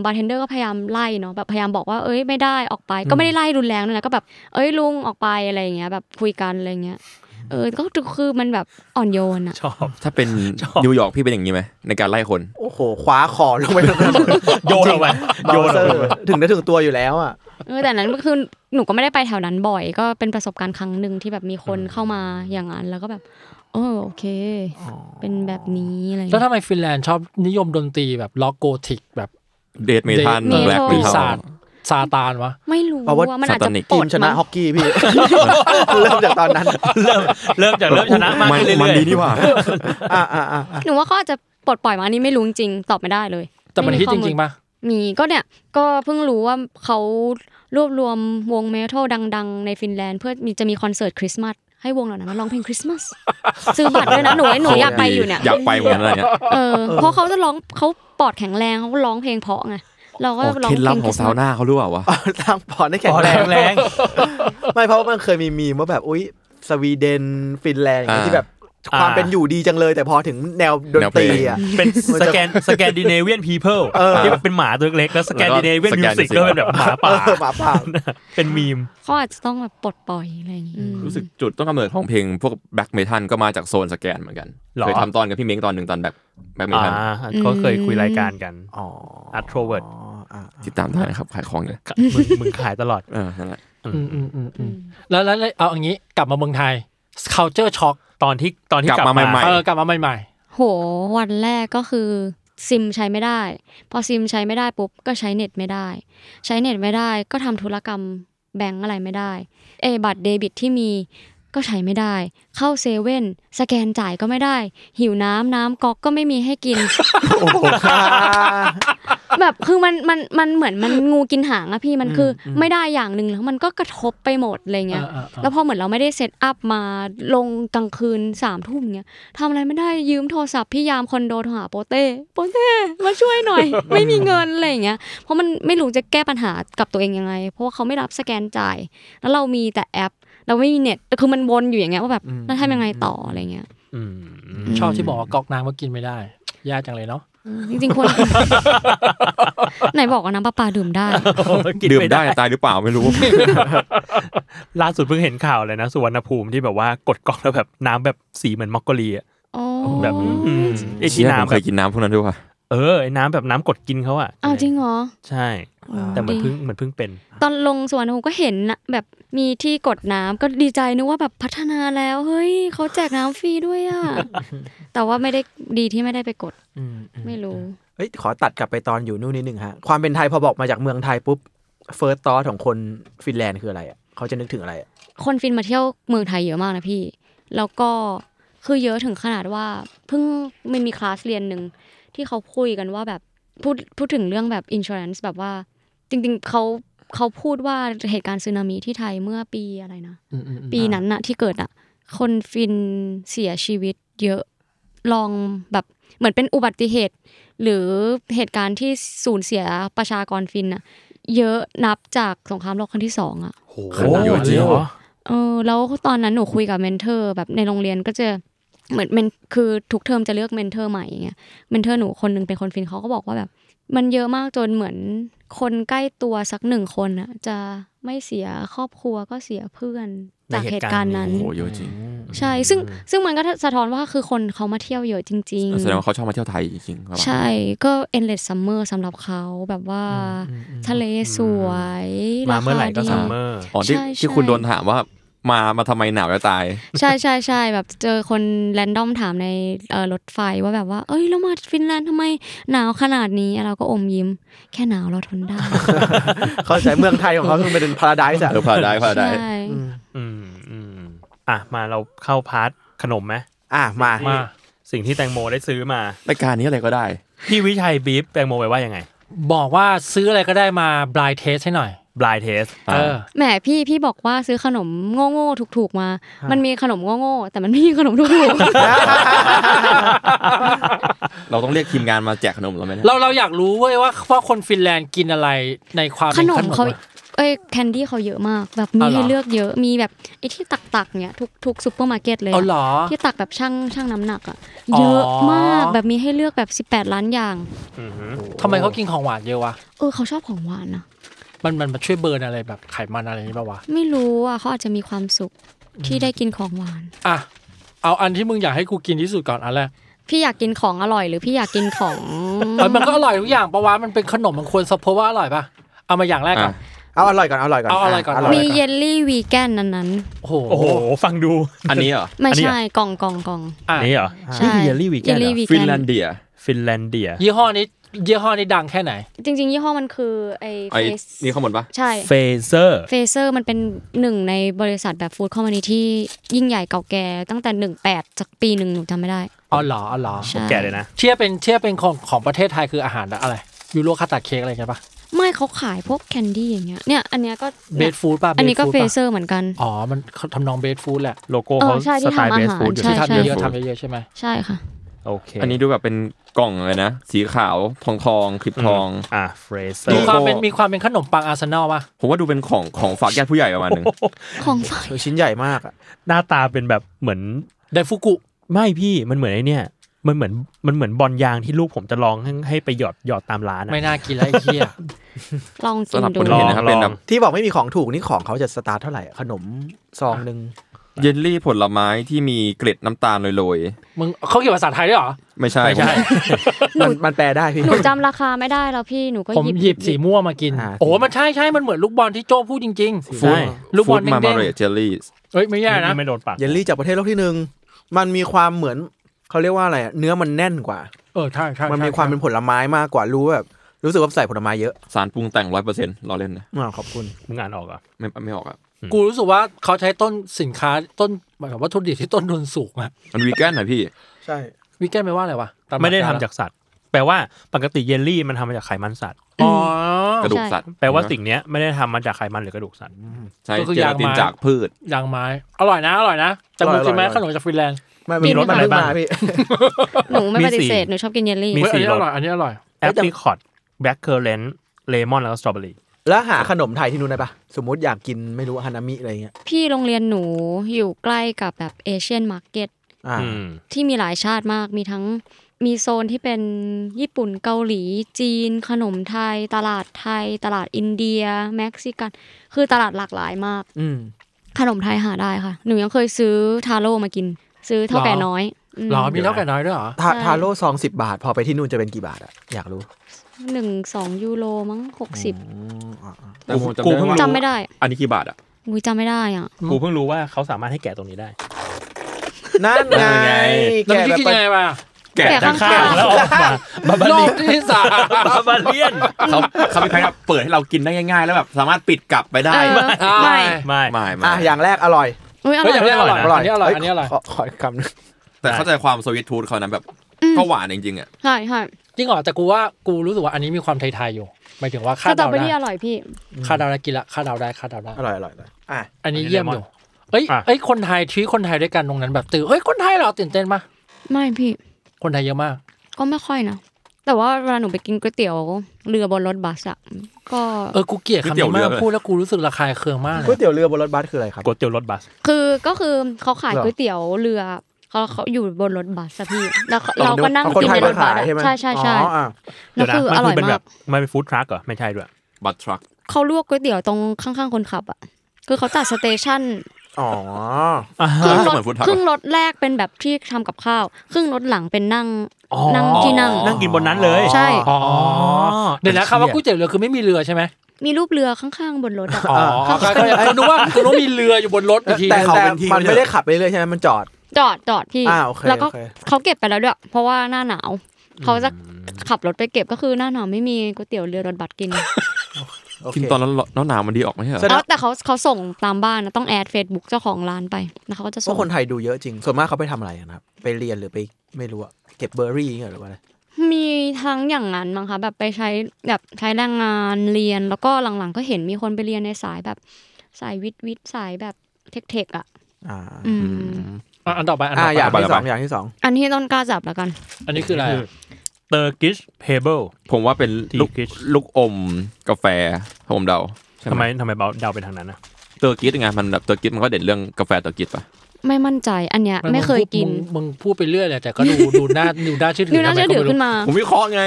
Speaker 7: บาร์เทนเดอร์ก็พยายามไล่เนาะแบบพยายามบอกว่าเอ้ยไม่ได้ออกไปก็ไม่ได้ไล่รุนแรงด้วยนะก็แบบเอ้ยลุงออกไปอะไรอย่างเงี้ยแบบคุยกันอะไรอย่างเงี้ยเออก็คือมันแบบอ่อนโยนอะ
Speaker 2: ชอบ
Speaker 6: ถ้าเป็นนิวยอร์กพี่เป็นอย่างนี้ไหมในการไล่คน
Speaker 3: โอ้โห คว้าคอลงไปตรงนั้น
Speaker 2: โยนเอาไว้
Speaker 3: โย
Speaker 2: โย
Speaker 3: น
Speaker 2: นเอาไว้
Speaker 3: ถึงได้ถึงตัวอยู่แล้วอ่ะ
Speaker 7: เออแต่นั้นก็คือหนูก็ไม่ได้ไปแถวนั้นบ่อย ก็เป็นประสบการณ์ครั้งหนึ่งที่แบบมีคนเข้ามาอย่างนั้นแล้วก็แบบโอ้โอเค เป็นแบบนี้อะไรอย่าง
Speaker 4: แล้ว
Speaker 7: เงี้
Speaker 4: ทำ
Speaker 7: ย
Speaker 4: ไมฟินแลนด์ชอบนิยมดนตรีแบบล็อกโกธิกแบบ
Speaker 6: เดทเมทัล
Speaker 7: เดท
Speaker 6: แบล็กเม
Speaker 7: เมทัล
Speaker 4: ปี
Speaker 6: ทั
Speaker 4: ศา
Speaker 6: ล
Speaker 4: จซาตานวะ
Speaker 7: ไม่รู้
Speaker 3: เพราะว่า
Speaker 7: ว่ามันอาจ
Speaker 6: ส
Speaker 7: จะ
Speaker 6: ตานิก
Speaker 7: ปล
Speaker 3: ทีม
Speaker 7: ด
Speaker 3: ชนะ
Speaker 7: มั้ง
Speaker 3: ฮอกกี้พี่ เริ่มจากตอนนั้น
Speaker 2: เริ่มเริ่มจากเริ่มชนะมากขึ้นเรื่อยๆ
Speaker 6: มันดีนี่หว่า
Speaker 3: อ่ะอ่ะอ่ะอ่ะ
Speaker 7: หนูว่าเขาอาจจะปลดปล่อยมาอันนี้ไม่รู้จริงตอบไม่ได้เลย
Speaker 4: แต่มันฮิตจริงๆปะ
Speaker 7: มีก็เนี่ยก็เพิ่งรู้ว่าเขารวบรวมวงเมทัลดัง ๆ ในฟินแลนด์เพื่อมีจะมีคอนเสิร์ตคริสต์มาสให้วงเหล่านั้นมาร้องเพลงคริสต์มาสซื้อบัตรด้วยนะหนูหนูอยากไปอยู่เนี่ย
Speaker 6: อยากไปเหมือนกันอะไรเงี้ย
Speaker 7: เออเพราะเขาจะร้องเขาปอดแข็งแรงเขาร้องเพลงเพราะไงเราก็
Speaker 6: อ๋อ
Speaker 7: ร้อ
Speaker 6: เค
Speaker 7: ง
Speaker 6: ล็ดลับ
Speaker 7: เพลง
Speaker 6: ข
Speaker 7: ค
Speaker 6: อ
Speaker 7: ริ
Speaker 6: ง
Speaker 7: ส
Speaker 6: ซา
Speaker 7: ต์
Speaker 6: ว
Speaker 7: มาส
Speaker 6: น่าเขาหรือเปล่าวะ
Speaker 3: ทางปอนได้แข็ง
Speaker 2: อ๋อ
Speaker 3: แร
Speaker 2: แรง งแรง
Speaker 3: ไม่เพราะมันเคยมีมีมว่าแบบอุ้ยสวีเดนฟินแลนด์อย่างเงี้ย
Speaker 6: อ่า
Speaker 3: ที่แบบความเป็นอยู่ดีจังเลย แต่พอถึงแนวดนตรีอ่ะ
Speaker 2: เป็นสแกนสแกนดิเนเวียนพีเพิล
Speaker 3: เออ
Speaker 2: ที่มันเป็นหมาตัวเล็กแล้วสแกนดิเนเวียน
Speaker 6: แล้ว
Speaker 2: มิ
Speaker 6: ก็
Speaker 2: วสิก
Speaker 6: Scandinavian
Speaker 2: ก็เป็นแบบหมาป่า
Speaker 3: เออหมาป่า
Speaker 2: เป็นมีม
Speaker 7: เขาอาจจะต้องแบบปลดปล่อยอะไรอย่างงี้อืม
Speaker 6: รู้สึกจุดต้นกำเนิดของเพลงพวกแบล็กเมทัลก็มาจากโซนสแกนเหมือนกัน
Speaker 2: หรอ
Speaker 6: เคยทำตอนกับพี่เม้งตอนหนึ่งตอนแบล็กแบล็กเม
Speaker 2: อ่า
Speaker 6: ทัล
Speaker 2: ก็เคยคุยรายการกัน
Speaker 3: อ๋อ
Speaker 2: อัตโทรเวิร์ด
Speaker 3: อ๋ออ่ะ
Speaker 6: ติดตามได้นะครับขายของเนี่ย
Speaker 2: มึงมึงขายตลอด
Speaker 6: เออนั่นแหละ
Speaker 4: อืมอืมอืมอืมแล้วแล้วเอาอย่างนี้กลับมาเมืองไทย culture shock
Speaker 2: ตอนที่ตอนที่
Speaker 6: กลับ
Speaker 2: กลับ
Speaker 6: มา
Speaker 2: มา
Speaker 6: ใหม่
Speaker 4: เออกลับมาใหม่
Speaker 7: โหวันแรกก็คือ ซิมใช้ไม่ได้ พอซิมใช้ไม่ได้ปุ๊บก็ใช้เน็ตไม่ได้ ใช้เน็ตไม่ได้ก็ทำธุรกรรมแบงก์อะไรไม่ได้เอบัตรเดบิตที่มีก็ใช้ไม่ได้ เข้าเซเว่นสแกนจ่ายก็ไม่ได้ หิวน้ำน้ำก๊อกก็ไม่มีให้กิน แบบ คือมันมันมันเหมือนมันงูกินหางอะพี่มันคืออไม่ได้อย่างหนึ่งแล้วมันก็กระทบไปหมดอะไรเงี้ย
Speaker 4: เออเออเออ
Speaker 7: แล้วพอเหมือนเราไม่ได้เซตอัพมาลงกลางคืนสามทุ่มเงี้ยทำอะไรไม่ได้ยืมโทรศัพท์พี่ยามคอนโดโทรหาโปเต้โปเต้มาช่วยห น่อย ไม่มีเงินอะไรเงี้ยเพราะมันไม่รู้จะแก้ปัญหากับตัวเองยังไง เพราะว่าเขาไม่รับสแกนจ่าย แล้วเรามีแต่แอป เราไม่มีเน็ตแต่คือมันวนอยู่อย่างเงี้ยว่าแบบแล้วทำยังไงต่ออะไรเงี้ย
Speaker 2: อืม
Speaker 4: ชอบที่บอกว่ากอกน้ำก็กินไม่ได้ ยากจังเลยเนาะ
Speaker 7: อืมจริง ๆคน ไหนบอกว่าน้ำประปาดื่มได้
Speaker 2: กิน
Speaker 6: ดื่ม
Speaker 2: ไม่
Speaker 6: ได้
Speaker 2: ได้
Speaker 6: ตายหรือเปล่าไม่รู้
Speaker 2: ล่าสุดเพิ่งเห็นข่าวเลยนะสุวรรณภูมิที่แบบว่ากดกอกแล้วแบบน้ำแบบสีเหมือนม็อกโกลีอะ
Speaker 7: โอ้
Speaker 2: แบบอืมไอ้
Speaker 6: เชี่
Speaker 2: ที่
Speaker 6: ยผม
Speaker 2: น้ำ
Speaker 6: เค
Speaker 2: แบ
Speaker 6: ย
Speaker 2: บ
Speaker 6: กินน้ำพวกนั้นด้วยว่ะ
Speaker 2: เออไอ้น้ำแบบน้ำกดกินเขาอะ
Speaker 7: เอาจริงเหรอ
Speaker 2: ใช่ แต่เหมือนเพิ่งเหมือนเพิ่งเป็น
Speaker 7: ตอนลงสวนผมก็เห็นนะแบบมีที่กดน้ำก็ดีใจนึกว่าแบบพัฒนาแล้วเฮ้ยเขาแจกน้ำฟรีด้วย อ่ะ แต่ว่าไม่ได้ดีที่ไม่ได้ไปกด
Speaker 3: อืมอืม
Speaker 7: ไม่รู้
Speaker 3: เฮ้ยขอตัดกลับไปตอนอยู่นู่นนิดหนึ่งฮะ ความเป็นไทยพอบอกมาจากเมืองไทยปุ๊บเฟิร์สตอของคนฟินแลนด์คืออะไรอ่ะเขาจะนึกถึงอะไรอ่ะ
Speaker 7: คนฟินมาเที่ยวเมืองไทยเยอะมากนะพี่ แล้วก็คือเยอะถึงขนาดว่าเพิ่งมันมีคลาสเรียนหนึ่งที่เขาคุยกันว่าแบบพูดพูดถึงเรื่องแบบอินช r รันส์แบบว่า จริงๆเขาเขาพูดว่าเหตุการณ์สึนามิที่ไทยเมื่อปีอะไรนะ
Speaker 4: อืมอืมอืม
Speaker 7: ปีนั้นน่ะที่เกิดอ่ะ คนฟินเสียชีวิตเยอะลองแบบเหมือนเป็นอุบัติเหตุ หรือเหตุการณ์ที่สูญเสียประชากรฟินน่ะเยอะนับจากสงครามโลกครั้งที่สองอ่ะ
Speaker 6: ขนาดเยอะจริง
Speaker 4: เหรอ
Speaker 7: เออแล้วตอนนั้นหนูคุยกับเมนเทอร์แบบในโรงเรียนก็จะเหมือนเมนคือทุกเทอมจะเลือกเมนเทอร์ใหม่อย่างเงี้ยเมนเทอร์หนูคนหนึงเป็นคนฟินเขาก็บอกว่าแบบ มันเยอะมากจนเหมือนคนใกล้ตัวสักหนึ่งคนอ่ะจะไม่เสียครอบครัวก็เสียเพื่อนจาก
Speaker 2: ในเห
Speaker 7: เห
Speaker 2: ตุ
Speaker 7: ตุ
Speaker 2: กา
Speaker 7: การ ร
Speaker 2: ณ์
Speaker 7: ณ์
Speaker 2: นี้
Speaker 7: นั้น
Speaker 6: โอ้โหเยอะจริง
Speaker 7: ใช่ ซึ่งซึ่งมันก็สะท้อนว่าคือคนเขามาเที่ยวเยอะจริง
Speaker 6: แสดงว่าเขาชอบมาเที่ยวไทยจริงๆครับ
Speaker 7: ๆ ใช่ ก็ endless summer สำหรับเขาแบบว่า ทะเลสวย
Speaker 2: มาเมื่อไหร่ก็
Speaker 7: าคาดี
Speaker 2: ซัมเมอร์
Speaker 6: อ๋อที่
Speaker 7: ใช่
Speaker 6: ที่คุณ
Speaker 7: ใช่
Speaker 6: โดนถามว่ามามาทำไมหนาวจะตาย
Speaker 7: ใช่ใช่ใช่แบบเจอคนแรนดอมถามในเอ่อรถไฟว่าแบบว่า เอ้ยเรามาฟินแลนด์ทำไมหนาวขนาดนี้เราก็อมยิ้ม แค่หนาวเราทนได้
Speaker 3: เข้าใจเมืองไทยของเขาคือมันเป็นพาราไดส์อ่ะ
Speaker 6: เออผ่านได้ผ่านได้
Speaker 7: ใช่
Speaker 2: อืมอืมอ่ะมาเราเข้าพาร์ทขนมไหม
Speaker 3: อ่ะมา
Speaker 4: มา
Speaker 2: สิ่งที่แตงโมได้ซื้อมาร
Speaker 6: ายการนี้อะไรก็ได้
Speaker 2: พี่วิชัยบีฟแตงโมไปว่ายังไง
Speaker 4: บอกว่าซื้ออะไรก็ได้มาบลายเทสให้หน่อย
Speaker 2: บลายเทส
Speaker 6: อ่า
Speaker 4: เออ
Speaker 7: แหมพี่พี่บอกว่าซื้อขนมโง่ๆถูกๆมา มันมีขนมโง่ๆแต่มันไม่มีขนมถูกๆ
Speaker 6: เราต้องเรียกทีมงานมาแจกขนมเราไหมเนี่ย
Speaker 4: เราเราอยากรู้เว้ยว่าว่าคนฟินแลนด์กินอะไรในความ
Speaker 7: ข
Speaker 4: เป็น
Speaker 7: นมเขา
Speaker 4: อะ
Speaker 7: เอ้ยแคนดี้เขาเยอะมาก แบบมี
Speaker 4: เอาเหรอ
Speaker 7: ให้เลือกเยอะมีแบบไอ้ที่ตักตักๆเนี่ยทุกทุกซูเปอร์มาร์เก็ตเลย
Speaker 4: เอาเหรอ
Speaker 7: ที่ตักแบบช่างช่างน้ำหนักอ่ะ
Speaker 4: อ๋อ
Speaker 7: เยอะมากแบบมีให้เลือกแบบ 18 ล้านอย่าง
Speaker 4: ทำไมเขากินของหวานเยอะวะ
Speaker 7: เออเขาชอบของหวานนะ
Speaker 4: มันมันมันช่วยเบิร์นอะไรแบบไขมันอะไรนี้ป่าวะ
Speaker 7: ไม่รู้อ่ะเขาอาจจะมีความสุขที่ได้กินของหวาน
Speaker 4: อ่ะ เอาอันที่มึงอยากให้กูกินที่สุดก่อนอันแรก
Speaker 7: พี่อยากกินของอร่อยหรือพี่อยากกินของ
Speaker 4: เอ้ยมันก็อร่อยทุกอย่างปะวะมันเป็นขนมมันควรสะโพกว่าอร่อยปะเอามาอย่างแรกก่อน
Speaker 3: เอาอร่อยก่อนเอาอร่อยก่อน
Speaker 4: เอาอร่อยก่อน
Speaker 7: มีเยลลี่วีแกนนั้นนั้น
Speaker 4: โอ้โห
Speaker 2: โอ้โห ฟังดู
Speaker 6: อันนี้เหรอ
Speaker 7: ๆไม่
Speaker 2: อันนี้เหรอ
Speaker 7: ใช่กล่องกล่องกล่อง
Speaker 4: อ่ะ
Speaker 2: นี่เหรอ
Speaker 7: ใช่
Speaker 2: เยลลี่วีแก
Speaker 7: เย
Speaker 2: น
Speaker 7: ลลี่วีแก
Speaker 6: ฟิน
Speaker 7: น
Speaker 6: แลนเดีย
Speaker 2: ฟินแลนเดีย
Speaker 4: ยี่ห้อนี้ยี่ห้อนี้ดังแค่ไหน
Speaker 7: จริง ๆ ยี่ห้อมันคือไอ้
Speaker 6: ไอ้
Speaker 7: เฟส
Speaker 6: นี่ข้อมูลปะ
Speaker 7: ใช่
Speaker 2: เฟเซอร์
Speaker 7: เฟเซอร์มันเป็นหนึ่งในบริษัทแบบฟู้ดคอมมานีที่ยิ่งใหญ่เก่าแก่ตั้งแต่ 18จากปีหนึ่งหนูจำไม่ได้
Speaker 4: อ๋อเหรออ๋อเหรอ
Speaker 7: ใช่
Speaker 2: แกะเลยนะ
Speaker 4: เทียบเป็นเทียบเป็นของของประเทศไทยคืออาหารอะไร ยูโรคาตาเค้กอะไรเงี้ยปะ
Speaker 7: ไม่เขาขายพวกแคนดี้อย่างเงี้ยเนี่ยอันเนี้ยก็
Speaker 4: เบ
Speaker 7: เนี่ย
Speaker 4: สฟู้ดปะ
Speaker 7: อันนี้ก็
Speaker 4: Bread
Speaker 7: เฟ
Speaker 4: food ปะ
Speaker 7: เซอร์เหมือนกัน
Speaker 4: อ๋อ มันทำนองเบสฟู้ดแหละ
Speaker 2: โลโก้
Speaker 7: เออ
Speaker 2: เขา
Speaker 7: ใช่ที่
Speaker 2: สไตล์
Speaker 7: ทำอา
Speaker 2: เบส
Speaker 7: หาร
Speaker 2: ฟู้ดอยู่
Speaker 7: ใช่
Speaker 4: ที่ทำเยอะๆทำเยอะๆใช่ไหม
Speaker 7: ใช่ค่ะ
Speaker 2: โอเค
Speaker 6: อันนี้ดูแบบเป็นกล่องเลยนะ สีขาวทองทองคลิปทอง
Speaker 2: อ่ะเฟเซอ
Speaker 4: มี
Speaker 2: ร์
Speaker 4: ความเป็นมีความเป็นขนมปังอาร์เซนอลปะ
Speaker 6: ผมว่าดูเป็นของของฝากญาติผู้ใหญ่ประมาณหนึง
Speaker 7: ของฝ่าย
Speaker 3: เออชิ้นใหญ่มากอ่ะ
Speaker 2: หน้าตาเป็นแบบเหมือน
Speaker 4: ไดฟุกุ
Speaker 2: ไม่พี่มันเหมือนไอเนี่ย มันเหมือนมันเหมือนบอลยางที่ลูกผมจะลองให้ให้ไปหยอดหยอดตามร้านอะ
Speaker 4: ไม่น่ากินแล้วไอ้เหี้ย
Speaker 7: ลองกิ
Speaker 6: สำ
Speaker 7: น
Speaker 6: หรับ
Speaker 7: ดู
Speaker 6: คนเห็นนะครับ
Speaker 2: ลอง
Speaker 6: เป็นแบบ
Speaker 3: ที่บอกไม่มีของถูกนี่ของเขาจะสตาร์ทเท่าไหร่อะขนมซองหนึ่ง
Speaker 6: เยลลี่ผลไม้ที่มีเกล็ดน้ำตาลโรย
Speaker 4: มึงเขาเขียนภาษาไทยด้วยเหรอ
Speaker 6: ๆ ไม่ใช่
Speaker 2: ไม่ใช่
Speaker 3: มันมันแปลได้พี่
Speaker 7: หนูจำราคาไม่ได้แล้วพี่หนูก็
Speaker 4: ผมหยิบสีม่วงมากิน
Speaker 3: อ่า
Speaker 4: โอ้ มันใช่ใช่มันเหมือนลูกบอลที่โจ้พูดจริง
Speaker 6: ฟูด
Speaker 2: ใช่
Speaker 4: ลูกบอล
Speaker 6: มา
Speaker 4: เด้
Speaker 6: มาง
Speaker 4: ๆ
Speaker 6: เรเจลลี่
Speaker 4: ๆ เอ้ย ไม่แย่นะ
Speaker 2: ไม่โดนปาก
Speaker 3: เยลลี่จากประเทศโลกที่หนึ่งมันมีความเหมือน เขาเรียกว่าอะไรอะเนื้อมันแน่นกว่า
Speaker 4: เออใช่ใช่
Speaker 3: มันมี
Speaker 4: ใช่
Speaker 3: ความเป็นผลไม้มากกว่ารู้ว่าแบบรู้สึกว่าใส่ผลไม้เยอะ
Speaker 6: สารปรุงแต่งร้อยเปอร์เซ็นต์รอเล่นนะ
Speaker 3: อ่าขอบคุณ
Speaker 2: มึงอ่านออกเหรอ่ะ
Speaker 6: ไม่ไม่ออกอ่ะ
Speaker 4: กูรู้สึกว่าเขาใช้ต้นสินค้าต้นหมายความว่าวัตถุดิบที่ต้นทุนสูงอะ
Speaker 6: มันวีแกนหน่อยพี่
Speaker 3: ใช่
Speaker 4: วิแกนไม่ว่าอะไรวะตหลัก
Speaker 2: ไม่ได้ทำ
Speaker 4: ร
Speaker 2: จากสัตว์ แปลว่าปกติเยลลี่มันทำมาจากไขมันสัตว์
Speaker 4: อ๋อ
Speaker 6: กระดูกสัตว์
Speaker 2: แปลว่าสิ่งเนี้ยไม่ได้ทำมาจากไขมันหรือกระดูกสัตว์
Speaker 6: ใช้
Speaker 4: ก็คือ
Speaker 6: เจ
Speaker 4: ยา
Speaker 6: ลาก
Speaker 4: ไม้
Speaker 6: ตินจากพืช
Speaker 4: ยางไม้อร่อยนะอร่อยนะแต่มึงกินไหมขนมจากฟินแลนด์
Speaker 3: ไม่
Speaker 2: มีรสอะไรบ้าง
Speaker 3: มพี่
Speaker 7: หนูไม่
Speaker 2: มี
Speaker 7: ปฏิ
Speaker 2: สี่
Speaker 7: เสธหนูชอบกินเยลลี่
Speaker 2: มี
Speaker 4: เฮ้ยอันนี้
Speaker 2: สี่ร
Speaker 4: อ
Speaker 2: ส
Speaker 4: ร่อยอันนี้อร่อย
Speaker 2: แอปริคอตแบล็คเคอร์เรนต์เลมอนแล้วก็สตรอเบอรี่
Speaker 3: แล้วหาขนมไทยที่นู่นได้ปะสมมติอยากกินไม่รู้ฮานามิอะไรเงี้ย
Speaker 7: พี่โรงเรียนหนูอยู่ใกล้กับแบบเอเชียนมาร์เก็ต
Speaker 3: อ่า
Speaker 2: อืม
Speaker 7: ที่มีหลายชาติมากมีทั้งมีโซนที่เป็นญี่ปุ่นเกาหลี จีน ขนมไทย ตลาดไทย ตลาดอินเดีย เม็กซิกัน คือตลาดหลากหลายมาก
Speaker 3: อืม
Speaker 7: ขนมไทยหาได้ค่ะ หนูยังเคยซื้อทาโร่มากิน ซื้อเท่าแก่น้อยม
Speaker 4: หรอมีเท่าแก่น้อยด้วยเหรอ
Speaker 3: ทา
Speaker 7: ใช่
Speaker 3: ทาโร่ซองสิบาท พอไปที่นู่นจะเป็นกี่บาทอะอยากรู้
Speaker 7: หนึ่งสองยูโรมั้งหกสิบ
Speaker 3: อืมอ่ะอ่ะ
Speaker 6: แต่ผม
Speaker 2: กู
Speaker 6: จำได้
Speaker 2: เพิ่งรู้
Speaker 6: ว่า
Speaker 7: จำไม่ได้
Speaker 6: อันนี้กี่บาทอ่ะ
Speaker 7: อุ้ยจำไม่ได้อ่ะ
Speaker 2: กูเพิ่งรู้ว่าเขาสามารถให้แกะตรงนี้ได้
Speaker 3: นั่นไง
Speaker 2: ไง
Speaker 4: แล้วเมื่อ
Speaker 3: แบบ
Speaker 4: กี้กิน
Speaker 3: เปิด
Speaker 4: ยังไงมา
Speaker 7: แกะข้างๆ
Speaker 2: แล้วออกมาบาบา
Speaker 4: โล
Speaker 2: เลียน
Speaker 4: กที่สาม
Speaker 2: บาบาเลียน
Speaker 6: เขาเขาไม่ใช่แบบเปิดให้เรากินได้ง่าย ๆ แล้วแบบสามารถปิดกลับไปได้
Speaker 7: เออไม่
Speaker 2: ไม่
Speaker 6: ไม่
Speaker 3: อ่ะ
Speaker 6: ไม่
Speaker 3: อย่างแรกอร่อย
Speaker 7: อุ้ยอ
Speaker 4: เฮ้
Speaker 7: ร่
Speaker 4: ย
Speaker 7: อย
Speaker 4: อันนี้อ
Speaker 2: นะ
Speaker 4: ร่อยอร่อยอันนี้อร่อยอันนี้อร่อย
Speaker 3: เขขออีกคำหนึง
Speaker 6: แต่เข้าใจความสวิตทูธเขานั้นแบบ
Speaker 7: อืม
Speaker 6: ก็หวานจริงๆอ่ะ
Speaker 7: ใช่ใช่
Speaker 4: จริงเหรอแต่กูว่ากูรู้สึกว่าอันนี้มีความไทยๆอยู่หมายถึงว่า
Speaker 7: ส
Speaker 4: คาด
Speaker 7: ตรอ
Speaker 4: เดา
Speaker 7: เบอ
Speaker 4: ได้
Speaker 7: รี่อร่อยพี่
Speaker 4: คาดเดาได้กินละคาดเดาได้คาดเดาได้
Speaker 3: อร่อยอร่อยอร่อยอ่ะ
Speaker 4: อันนี้
Speaker 2: อันนี้
Speaker 4: เยี่ยม
Speaker 2: เลมอน
Speaker 4: อยู่เอ้ย
Speaker 2: อ่ะ
Speaker 4: เอ้ยคนไทยทวีตคนไทยด้วยกันตรงนั้นแบบตื่นเฮ้ยคนไทยเหรอตื่นเต้นมาก
Speaker 7: ไม่พี่
Speaker 4: คนไทยเยอะมาก
Speaker 7: ก็ไม่ค่อยนะ แต่ว่าเวลาหนูไปกินก๋วยเตี๋ยวเรือบนรถบัสอะก็
Speaker 4: เออกูเกลียดคำนี้มากพูดแล้วกูรู้สึกระคายเคืองมาก
Speaker 3: ก๋วยเตี๋ยวเรือบนรถบัสคืออะไรครับ
Speaker 2: ก๋วยเตี๋ยวรถบัส
Speaker 7: คือก็คือเขาขาย
Speaker 3: เหรอ
Speaker 7: ก๋วยเตี๋ยวเรือเขาเขาอยู่บนรถบัสอะพี่ แล้วเขา
Speaker 3: อ๋อ
Speaker 7: เราก็นั่ง
Speaker 3: เอาคน
Speaker 7: กิน
Speaker 3: ไท
Speaker 7: ใน
Speaker 3: ย
Speaker 7: รถบัส
Speaker 3: มาขาย
Speaker 7: อะ
Speaker 3: ใช่ไหม
Speaker 7: ใช่ใช่ใช่
Speaker 3: อ๋ออ่ะ
Speaker 2: เดี๋
Speaker 7: แล้
Speaker 2: ยววนะ
Speaker 7: คือ
Speaker 2: มัคื
Speaker 7: อนร่อย
Speaker 2: อเป็นแบ
Speaker 7: มาก
Speaker 2: บมันเป็นฟู้ดทรัคเหรอ ไม่ใช่ด้วย
Speaker 6: บัตรทรัค
Speaker 7: เขาลวกก๋วยเตี๋ยวตรงข้างๆคนขับอะคือเขาตัดสเตชัน
Speaker 3: อ๋อ
Speaker 7: ครึ่งรถ
Speaker 6: เหมือนฟู้ดทรัค
Speaker 7: ครึ่งรถแรกเป็นแบบที่ทำกับข้าวครึ่งรถหลังเป็นนั่ง
Speaker 2: อ๋อ
Speaker 7: นั่งที่นั่ง
Speaker 2: นั่งกินบนนั้นเลย
Speaker 7: ใช่
Speaker 2: อ๋อ
Speaker 4: เดี๋ยวนะคำว่าก๋วยเตี๋ยวเรือคือไม่มีเรือใช่ไหม
Speaker 7: มีรูปเรือข้างๆบนรถอะ
Speaker 4: อ๋อก็ ก็นึกว่ากูนึกว่ามีเรืออยู่บนรถอีกที
Speaker 3: แต่
Speaker 4: นึง
Speaker 3: แต่มันไม่ได้ขับไปเรื่อยใช่ไหมมันจอด
Speaker 7: จอดจอดพี่
Speaker 3: อ่าโอเค
Speaker 7: แล้วก็
Speaker 3: โอเค
Speaker 7: เขาเก็บไปแล้วด้วย เพราะว่าหน้าหนาวเขาจะขับรถไปเก็บก็คือหน้าหนาวไม่มีก๋วยเตี๋ยวเรือรถบัสกิน
Speaker 3: โเค
Speaker 6: กินตอนแล้วหนาวมันดีออกไหมเหรอ
Speaker 3: แสดง
Speaker 7: อ๋อแต่เขาเขาส่งตามบ้านนะต้องแอด Facebook เจ้าของร้านไปแล้วเขาก็จะ
Speaker 3: เพ
Speaker 7: ส่ง
Speaker 3: ราะคนไทยดูเยอะจริง ส่วนมากเขาไปทำอะไรกันครับ ไปเรียนหรือไปไม่รู้อะเก็บเบอร์รี่อย่างเงี้ยหรือว่าอะไร
Speaker 7: มีทั้งอย่างนั้นมั้งคะแบบไปใช้แบบใช้แรงงานเรียนแล้วก็หลังๆ ก็เห็นมีคนไปเรียนในสายแบบ สายวิทย์วิทย์สายแบบเทคเทคๆอ่ะ
Speaker 3: อ่า
Speaker 7: อื
Speaker 6: อื
Speaker 7: ม
Speaker 6: ม
Speaker 4: อ่ะอันต่อไปอัน
Speaker 3: อ่า
Speaker 4: ต่อ
Speaker 3: อย่าง
Speaker 4: ไป
Speaker 3: ที่สองอย่างที่สอง
Speaker 7: อันที่ต้นกล้าจับแล้วกัน
Speaker 4: อันนี้คืออะไรอ่ะ
Speaker 2: เตอร์กิชเพเบิล
Speaker 6: ผมว่าเป็น
Speaker 2: ที่
Speaker 6: ลูก
Speaker 2: Kiss
Speaker 6: ลูกอมกาแฟผมเดาใช่
Speaker 2: ทำไมทำไมเบาเดาไปทางนั้นนะ
Speaker 6: เตอร์กิสไงมันแบบเตอร์กิสมันก็เด่นเรื่องกาแฟเตอร์กิสป่ะ
Speaker 7: ไม่มั่นใจอันเนี้ยไม่เคยกิน
Speaker 4: มึงมึงพูดไปเรื่อยเลยแต่ก็ ดูดูหน้าดูหน้าเชื่อถือ
Speaker 7: ดูน่า
Speaker 4: ทำไม
Speaker 7: เชื่อ
Speaker 4: ก็
Speaker 7: ถือ
Speaker 4: ไม่รู้
Speaker 7: ขึ้นมา
Speaker 6: ผมวิเคราะห์ไง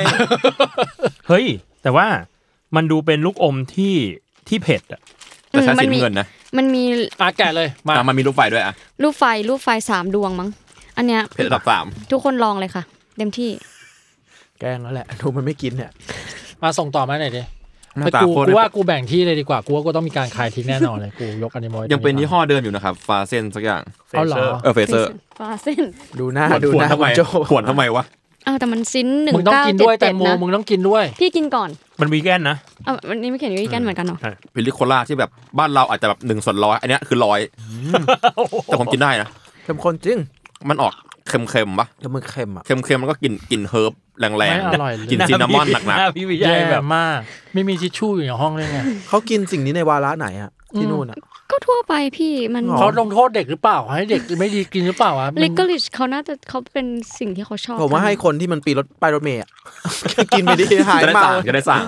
Speaker 2: เฮ้ย แต่ว่ามันดูเป็นลูกอมที่ที่เผ็ดอะ
Speaker 6: แต่ใช้
Speaker 7: อืมมั
Speaker 6: สี
Speaker 7: นมี
Speaker 6: น้ำเงินนะ
Speaker 7: มันมี
Speaker 4: อ่ะแกะเลยมา
Speaker 6: แต่มันมีรูปไฟด้วยอ่ะ
Speaker 7: รูปไฟรูปไฟสามดวงมั้งอันเนี้ย
Speaker 6: เพจระดับสาม
Speaker 7: ทุกคนลองเลยค่ะเต็มที่
Speaker 3: แกล้งแล้วแหละ ดูมันไม่กินเนี่ย
Speaker 4: มาส่งต่อมาหน่อยดิ
Speaker 6: หน้า
Speaker 4: แต่
Speaker 6: ตา
Speaker 4: กู
Speaker 6: โคตร
Speaker 4: กูว่ากูแบ่งที่เลยดีกว่ากูว่ากูต้องมีการขายทิ้งแน่นอนเลยกูยกอันนี้มาไว้
Speaker 6: ยังเป็น
Speaker 4: ตรง
Speaker 6: ยี่ห้อเดิมอยู่นะครับฟาเซนสักอย่าง
Speaker 4: เอาเหรอ
Speaker 2: Facer
Speaker 6: เออเฟเซอร์
Speaker 7: ฟาเส้น
Speaker 3: ดูหน้า
Speaker 6: ขวน
Speaker 3: ดู
Speaker 6: ขวน
Speaker 3: หน้า
Speaker 6: ทำไม
Speaker 3: คุณโจ
Speaker 6: ขวนทำไมวะ
Speaker 7: อ้าวแต่มันซิ้นหนึ่
Speaker 4: มึ
Speaker 7: ง
Speaker 4: งต้อง
Speaker 7: เก้า
Speaker 4: กิน
Speaker 7: เจ็ด
Speaker 4: ด้วยแต
Speaker 7: เจ็ด
Speaker 4: งโม
Speaker 7: นะ
Speaker 4: มึงต้องกินด้วย
Speaker 7: พี่กินก่อน
Speaker 2: มันวีแกนนะ
Speaker 7: อ่ะวันนี้ไม่เขียนอยู่ที่แกนเหมือนกันเนาะ
Speaker 6: พิลิโคล่าที่แบบบ้านเราอาจจะแบบหนึ่งส่วนร้อยอันเนี้ยคือร้อยแต่ผมกินได้นะ
Speaker 3: เข้มข้นจริง
Speaker 6: มันออกเค็มๆปะ
Speaker 3: แล้วมันเค็มอ่ะ
Speaker 6: เค็มๆมันก็กลิ่นกลิ่นเฮิร์บแรง
Speaker 4: ไม่อร่อยเลย
Speaker 6: ๆกลิ่นซินนามอนหนัก
Speaker 2: หน้าพี่วิ
Speaker 4: แย่
Speaker 2: ชัยแบบ
Speaker 4: มาก ไม่มีทิชชู่อยู่ในห้องเลยไง
Speaker 3: เขากินสิ่งนี้ในวาระไหนอ่ะ ที่นู่นอ่ะ
Speaker 7: ก็ทั่วไปพี่มัน
Speaker 3: อ๋อ
Speaker 4: เขาลงโทษเด็กหรือเปล่าให้เด็กไม่ดีกินหรือเปล่าวะมึง
Speaker 7: ลิกอริชเขาน่าจะเขาเป็นสิ่งที่เขาชอบ
Speaker 3: ผมว่าให้คนที่มันปีนรถป้ายรถเม ย์อะ กิน ไปดีหา
Speaker 6: ๆ
Speaker 3: ย
Speaker 6: จะได้
Speaker 3: เมา
Speaker 6: สั่งจะได้สั่ง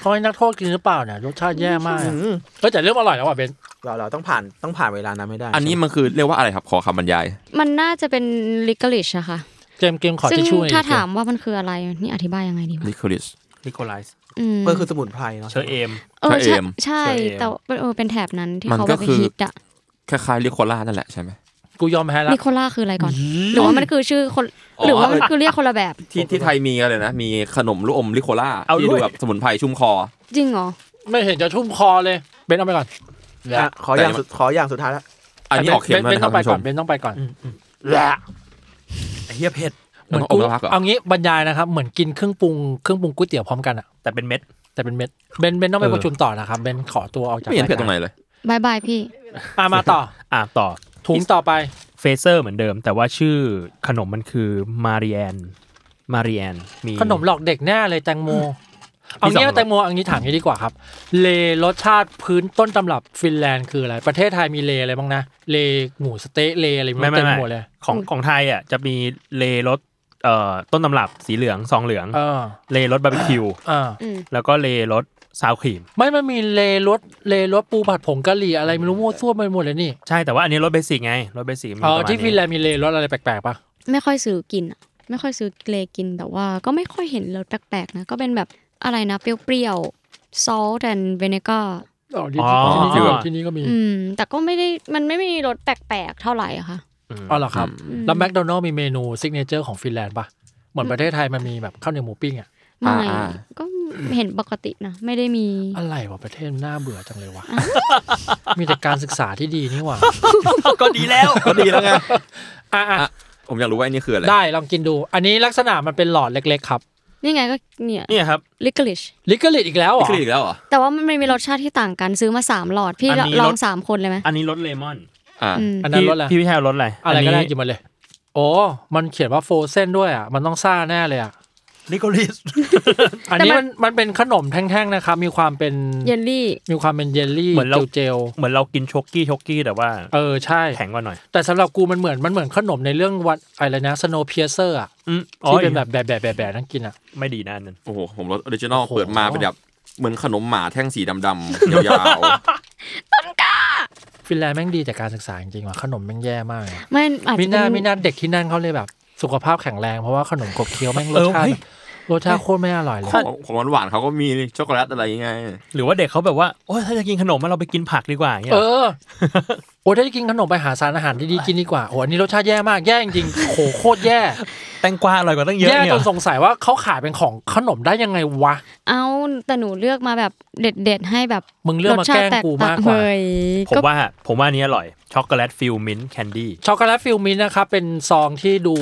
Speaker 4: เขาให้นักโทษกินหรือเปล่าเนี่ยรสชาติแย่มาก
Speaker 3: อืม
Speaker 4: ก็แต่เริ่มอร่อยแล้วว่ะเบนซ์
Speaker 3: เราเราต้องผ่านต้องผ่านเวลานั้นไม่ได้
Speaker 6: อันนี้มันคือเรียกว่าอะไรครับขอคำบรรยาย
Speaker 7: มันน่าจะเป็นลิกอริชอะค่ะ
Speaker 4: เกมเกมขอ
Speaker 7: ซึ่ง
Speaker 4: ทิชชู่หน่อยดิ
Speaker 7: ถ้าถามว่ามันคืออะไรนี่อธิบายยังไงดีวะ
Speaker 6: ลิคลิช
Speaker 2: นิโคลัส
Speaker 7: อืม
Speaker 3: เพื่อคือสมุนไพรเนาะ
Speaker 2: เชอร์เอม
Speaker 7: เออ
Speaker 6: เช
Speaker 7: ใช่
Speaker 6: อเอม
Speaker 7: ใช่
Speaker 2: เชอเอม
Speaker 7: แต่ว่าเออเป็นแถบนั้นที่
Speaker 6: มัน
Speaker 7: เขา
Speaker 6: ก็
Speaker 7: แบบ
Speaker 6: คือ
Speaker 7: ฮิตอะ
Speaker 6: คล้ายๆลิโคล่านั่นแหละใช่ไหม
Speaker 4: กูยอมแพ้ละ
Speaker 7: นิโคล่าคืออะไรก่อน หรือว่ามันคือชื่อคน
Speaker 6: อ๋อ
Speaker 7: หรือว่ามันคือเรียกคนละแบบ
Speaker 6: ที่ที่ไทยมีอะไรนะ มีขนมลูกอมลิโคล่า
Speaker 2: เอา
Speaker 6: ที่
Speaker 2: ด้
Speaker 6: ดู
Speaker 2: วย
Speaker 6: แบบสมุนไพรชุ่มคอ
Speaker 7: จริงเหรอ
Speaker 4: ไม่เห็นจะชุ่มคอเลยเบนซ์เอาไปก่อน
Speaker 3: อ่ะขออย่างสุดขออย่างสุดท้ายละ
Speaker 6: อันนี้ออกเค็มแล้วนะครับ
Speaker 4: เบ
Speaker 6: คุณผู้ชม
Speaker 4: เบนต้องไปก่อนเบนต้องไปก่อน
Speaker 2: ละไอ
Speaker 6: เฮียเผ็ด
Speaker 4: เหมือน
Speaker 6: กู
Speaker 4: กู
Speaker 6: พักเหร
Speaker 4: เอา
Speaker 6: อ
Speaker 4: งี้บรรยายนะครับ เหมือนกินเครื่องปรุงเครื่องปรุงก๋วยเตี๋ยวพร้อมกันอะ
Speaker 2: แต่เป็นเม็ด
Speaker 4: แต่เป็นเม็ดเบนเบนต้องไป
Speaker 2: เออ
Speaker 4: ประชุมต่อนะครับเบนขอตัวออกจาก
Speaker 6: ไม่เห็นเผ็ดตร
Speaker 4: าง ย
Speaker 6: ไหน
Speaker 4: การ
Speaker 6: เลย
Speaker 7: บายบายพี่
Speaker 4: อ่ะมาต่อ
Speaker 2: อ่ะต่อ
Speaker 4: ถุงต่อไป
Speaker 2: เฟเซอร์เหมือนเดิม แต่ว่าชื่อขนมมันคือมารีแอนมารีแอนมี
Speaker 4: ขนมหลอกเด็กแน่เลยแตงโม เอา
Speaker 2: มีสอง
Speaker 4: งี้
Speaker 2: รส
Speaker 4: แตงโมเอางี้ถามงี้ดีกว่าครับ เลรสชาติพื้นต้นตำรับฟินแลนด์คืออะไร ประเทศไทยมีเลอะไรบ้างนะ เลหมูสะเต๊ะเลอะไร
Speaker 2: ไม่
Speaker 4: เต็
Speaker 2: ไม่
Speaker 4: ม
Speaker 2: ไม่
Speaker 4: หมดเลย
Speaker 2: ของของไทยอ่ะจะมีเลรสเอ่อต้นตำรับสีเหลืองซองเหลือง
Speaker 4: เออ
Speaker 2: เลรสบาร์บีคิว
Speaker 4: เออ
Speaker 7: อืม
Speaker 2: แล้วก็เลรสซาวครีม
Speaker 4: ไม่มันมีเลรสเลรสปูผัดผงกะหรี่อะไรไม่รู้มั่วซั่วไปหมดเลยนี่
Speaker 2: ใช่แต่ว่าอันนี้รสเบสิกไงรสเบสิกมีป
Speaker 4: เอ
Speaker 2: ระ
Speaker 4: อ
Speaker 2: มาณ
Speaker 4: ที่ฟิ
Speaker 2: นี้
Speaker 4: นแลนด์มีเลรสอะไรแปลกๆปะ
Speaker 7: ไม่ค่อยซื้อกินอะไม่ค่อยซื้อเลกินแต่ว่า ก็ไม่ค่อยเห็นรสแปลกๆนะก็เป็นแบบอะไรนะเปรี้ยวๆซอสแอนเวเนก้า
Speaker 4: อ๋อที่ที่นี่ก็มีที่นี่ก็มี
Speaker 7: อืม แต่ก็ไม่ได้มันไม่มีรสแปลกๆเท่าไหร่อะค่ะ
Speaker 4: อ๋อเหรอครับ
Speaker 7: อืม
Speaker 4: แล้วแมคโดนัลล์มีเมนูซิกเนเจอร์ของฟินแลนด์ปะเหมือนประเทศไทยมันมีแบบข้าวเหนียวหมูปิ้งอะ
Speaker 7: ไม่
Speaker 6: อ่า
Speaker 7: ก็เห็นปกตินะไม่ได้มี
Speaker 4: อะไรวะประเทศน่าเบื่อจังเลยวะมีแต่การศึกษาที่ดีนี่หว่า
Speaker 2: ก็ดีแล้ว
Speaker 6: ก็ดีแล้วไง
Speaker 4: อ่ะอ่ะ
Speaker 6: อ่ะผมอยากรู้ว่าอันนี้คืออะไร
Speaker 4: ได้ลองกินดู อันนี้ลักษณะมันเป็นหลอดเล็กๆครับ
Speaker 7: นี่ไงก็เนี่ย
Speaker 2: เนี่ยครับ
Speaker 7: ลิกลิช
Speaker 4: ลิกเกอริตอีกแล้วเหร
Speaker 6: นี่
Speaker 4: อ
Speaker 6: คืออีกแล้วเหรอ
Speaker 7: แต่ว่ามันไม่มีรสชาติที่ต่างกันซื้อมาสามหลอดพี่
Speaker 2: อันนี้
Speaker 7: ลอ
Speaker 2: รง ส
Speaker 7: สามคนเลยไหม
Speaker 2: อันนี้รสเลมอน
Speaker 6: อ่า
Speaker 7: อืม
Speaker 4: อันนั้นรสอะไร
Speaker 2: พี่พี่แทวรสอะไร
Speaker 4: อะไรก็ได้
Speaker 2: น
Speaker 4: กิ
Speaker 2: นี้
Speaker 4: นมาเลย โอ้มันเขียนว่าโฟเซนด้วยอ่ะมันต้องซ่าแน่เลยอ่ะ
Speaker 2: ลิโก ลิส
Speaker 4: อันนี้มันมันเป็นขนมแท่งๆนะครับ มีความเป็น
Speaker 7: เยลลี่
Speaker 4: มีความเป็นเยลลี่
Speaker 2: เหมือนเรา
Speaker 4: เจล
Speaker 2: เหมือนเรากินช็อกกี้ช็อกกี้แต่ว่า
Speaker 4: ๆเออใช่
Speaker 2: แข็งกว่าหน่อย
Speaker 4: แต่สำหรับกูมันเหมือนมันเหมือนขนมในเรื่องวันอะไรนะสโนว์เพียเซอร์อ่ะ
Speaker 2: อืมอ๋อ
Speaker 4: ที่เป็นแบบแบบแบบแบบแบบนั่งกินอ่ะ
Speaker 2: ไม่ดีนะอันนั่น
Speaker 6: โอ้โหผมรสออริจินอล
Speaker 4: โอ้โห
Speaker 6: เปิดมาเป็นแบบเหมือนขนมหมาแท่งสีดำๆยาว
Speaker 4: ฟินแลนด์แม่งดีแต่การศึกษาจริงๆว่ะขนมแม่งแย่มากอะ
Speaker 7: ไม่อาจ
Speaker 4: มิ
Speaker 7: จะ
Speaker 4: น่ามิ
Speaker 7: เป็น
Speaker 4: น่าเด็กที่นั่นเขาเลยแบบ สุขภาพแข็งแรงเพราะว่าขนมขบเคี้ยวแม่งรสชาติแบบรสชาติโคตรไม่อร่อยเล
Speaker 6: ๆ
Speaker 4: ย
Speaker 6: ของของหวานๆเขาก็มีช็อกโกแลตอะไรยังไง
Speaker 2: หรือว่าเด็กเขาแบบว่าโอ้ยถ้าจะกินขนมมาเราไปกินผักดีกว่าเนี่ย
Speaker 4: เออ โอ้ได้กินขนมไปหาสารอาหารดีๆกินดีกว่า โอ้อันนี้รสชาติแย่มาก แย่จริงๆโหโคตรแย่
Speaker 2: แตงกวาอร่อยกว่าตั้งเยอะ
Speaker 4: แย่
Speaker 2: เนี่ย
Speaker 4: จนสงสัยว่าเขาขายเป็นของขนมได้ยังไงวะ
Speaker 7: เอาแต่หนูเลือกมาแบบเด็ดๆให้แบบ
Speaker 4: มึงเลือกมาแกล้งกูมากกว่า
Speaker 7: เฮ้ย
Speaker 2: ผม
Speaker 7: ก็
Speaker 2: ว่าผมว่าอันนี้อร่อยช็อกโกแลตฟิลมิ้นท์แคนดี้
Speaker 4: ช็อกโกแลตฟิลมินต์นะครับ เป็นซองที่ดู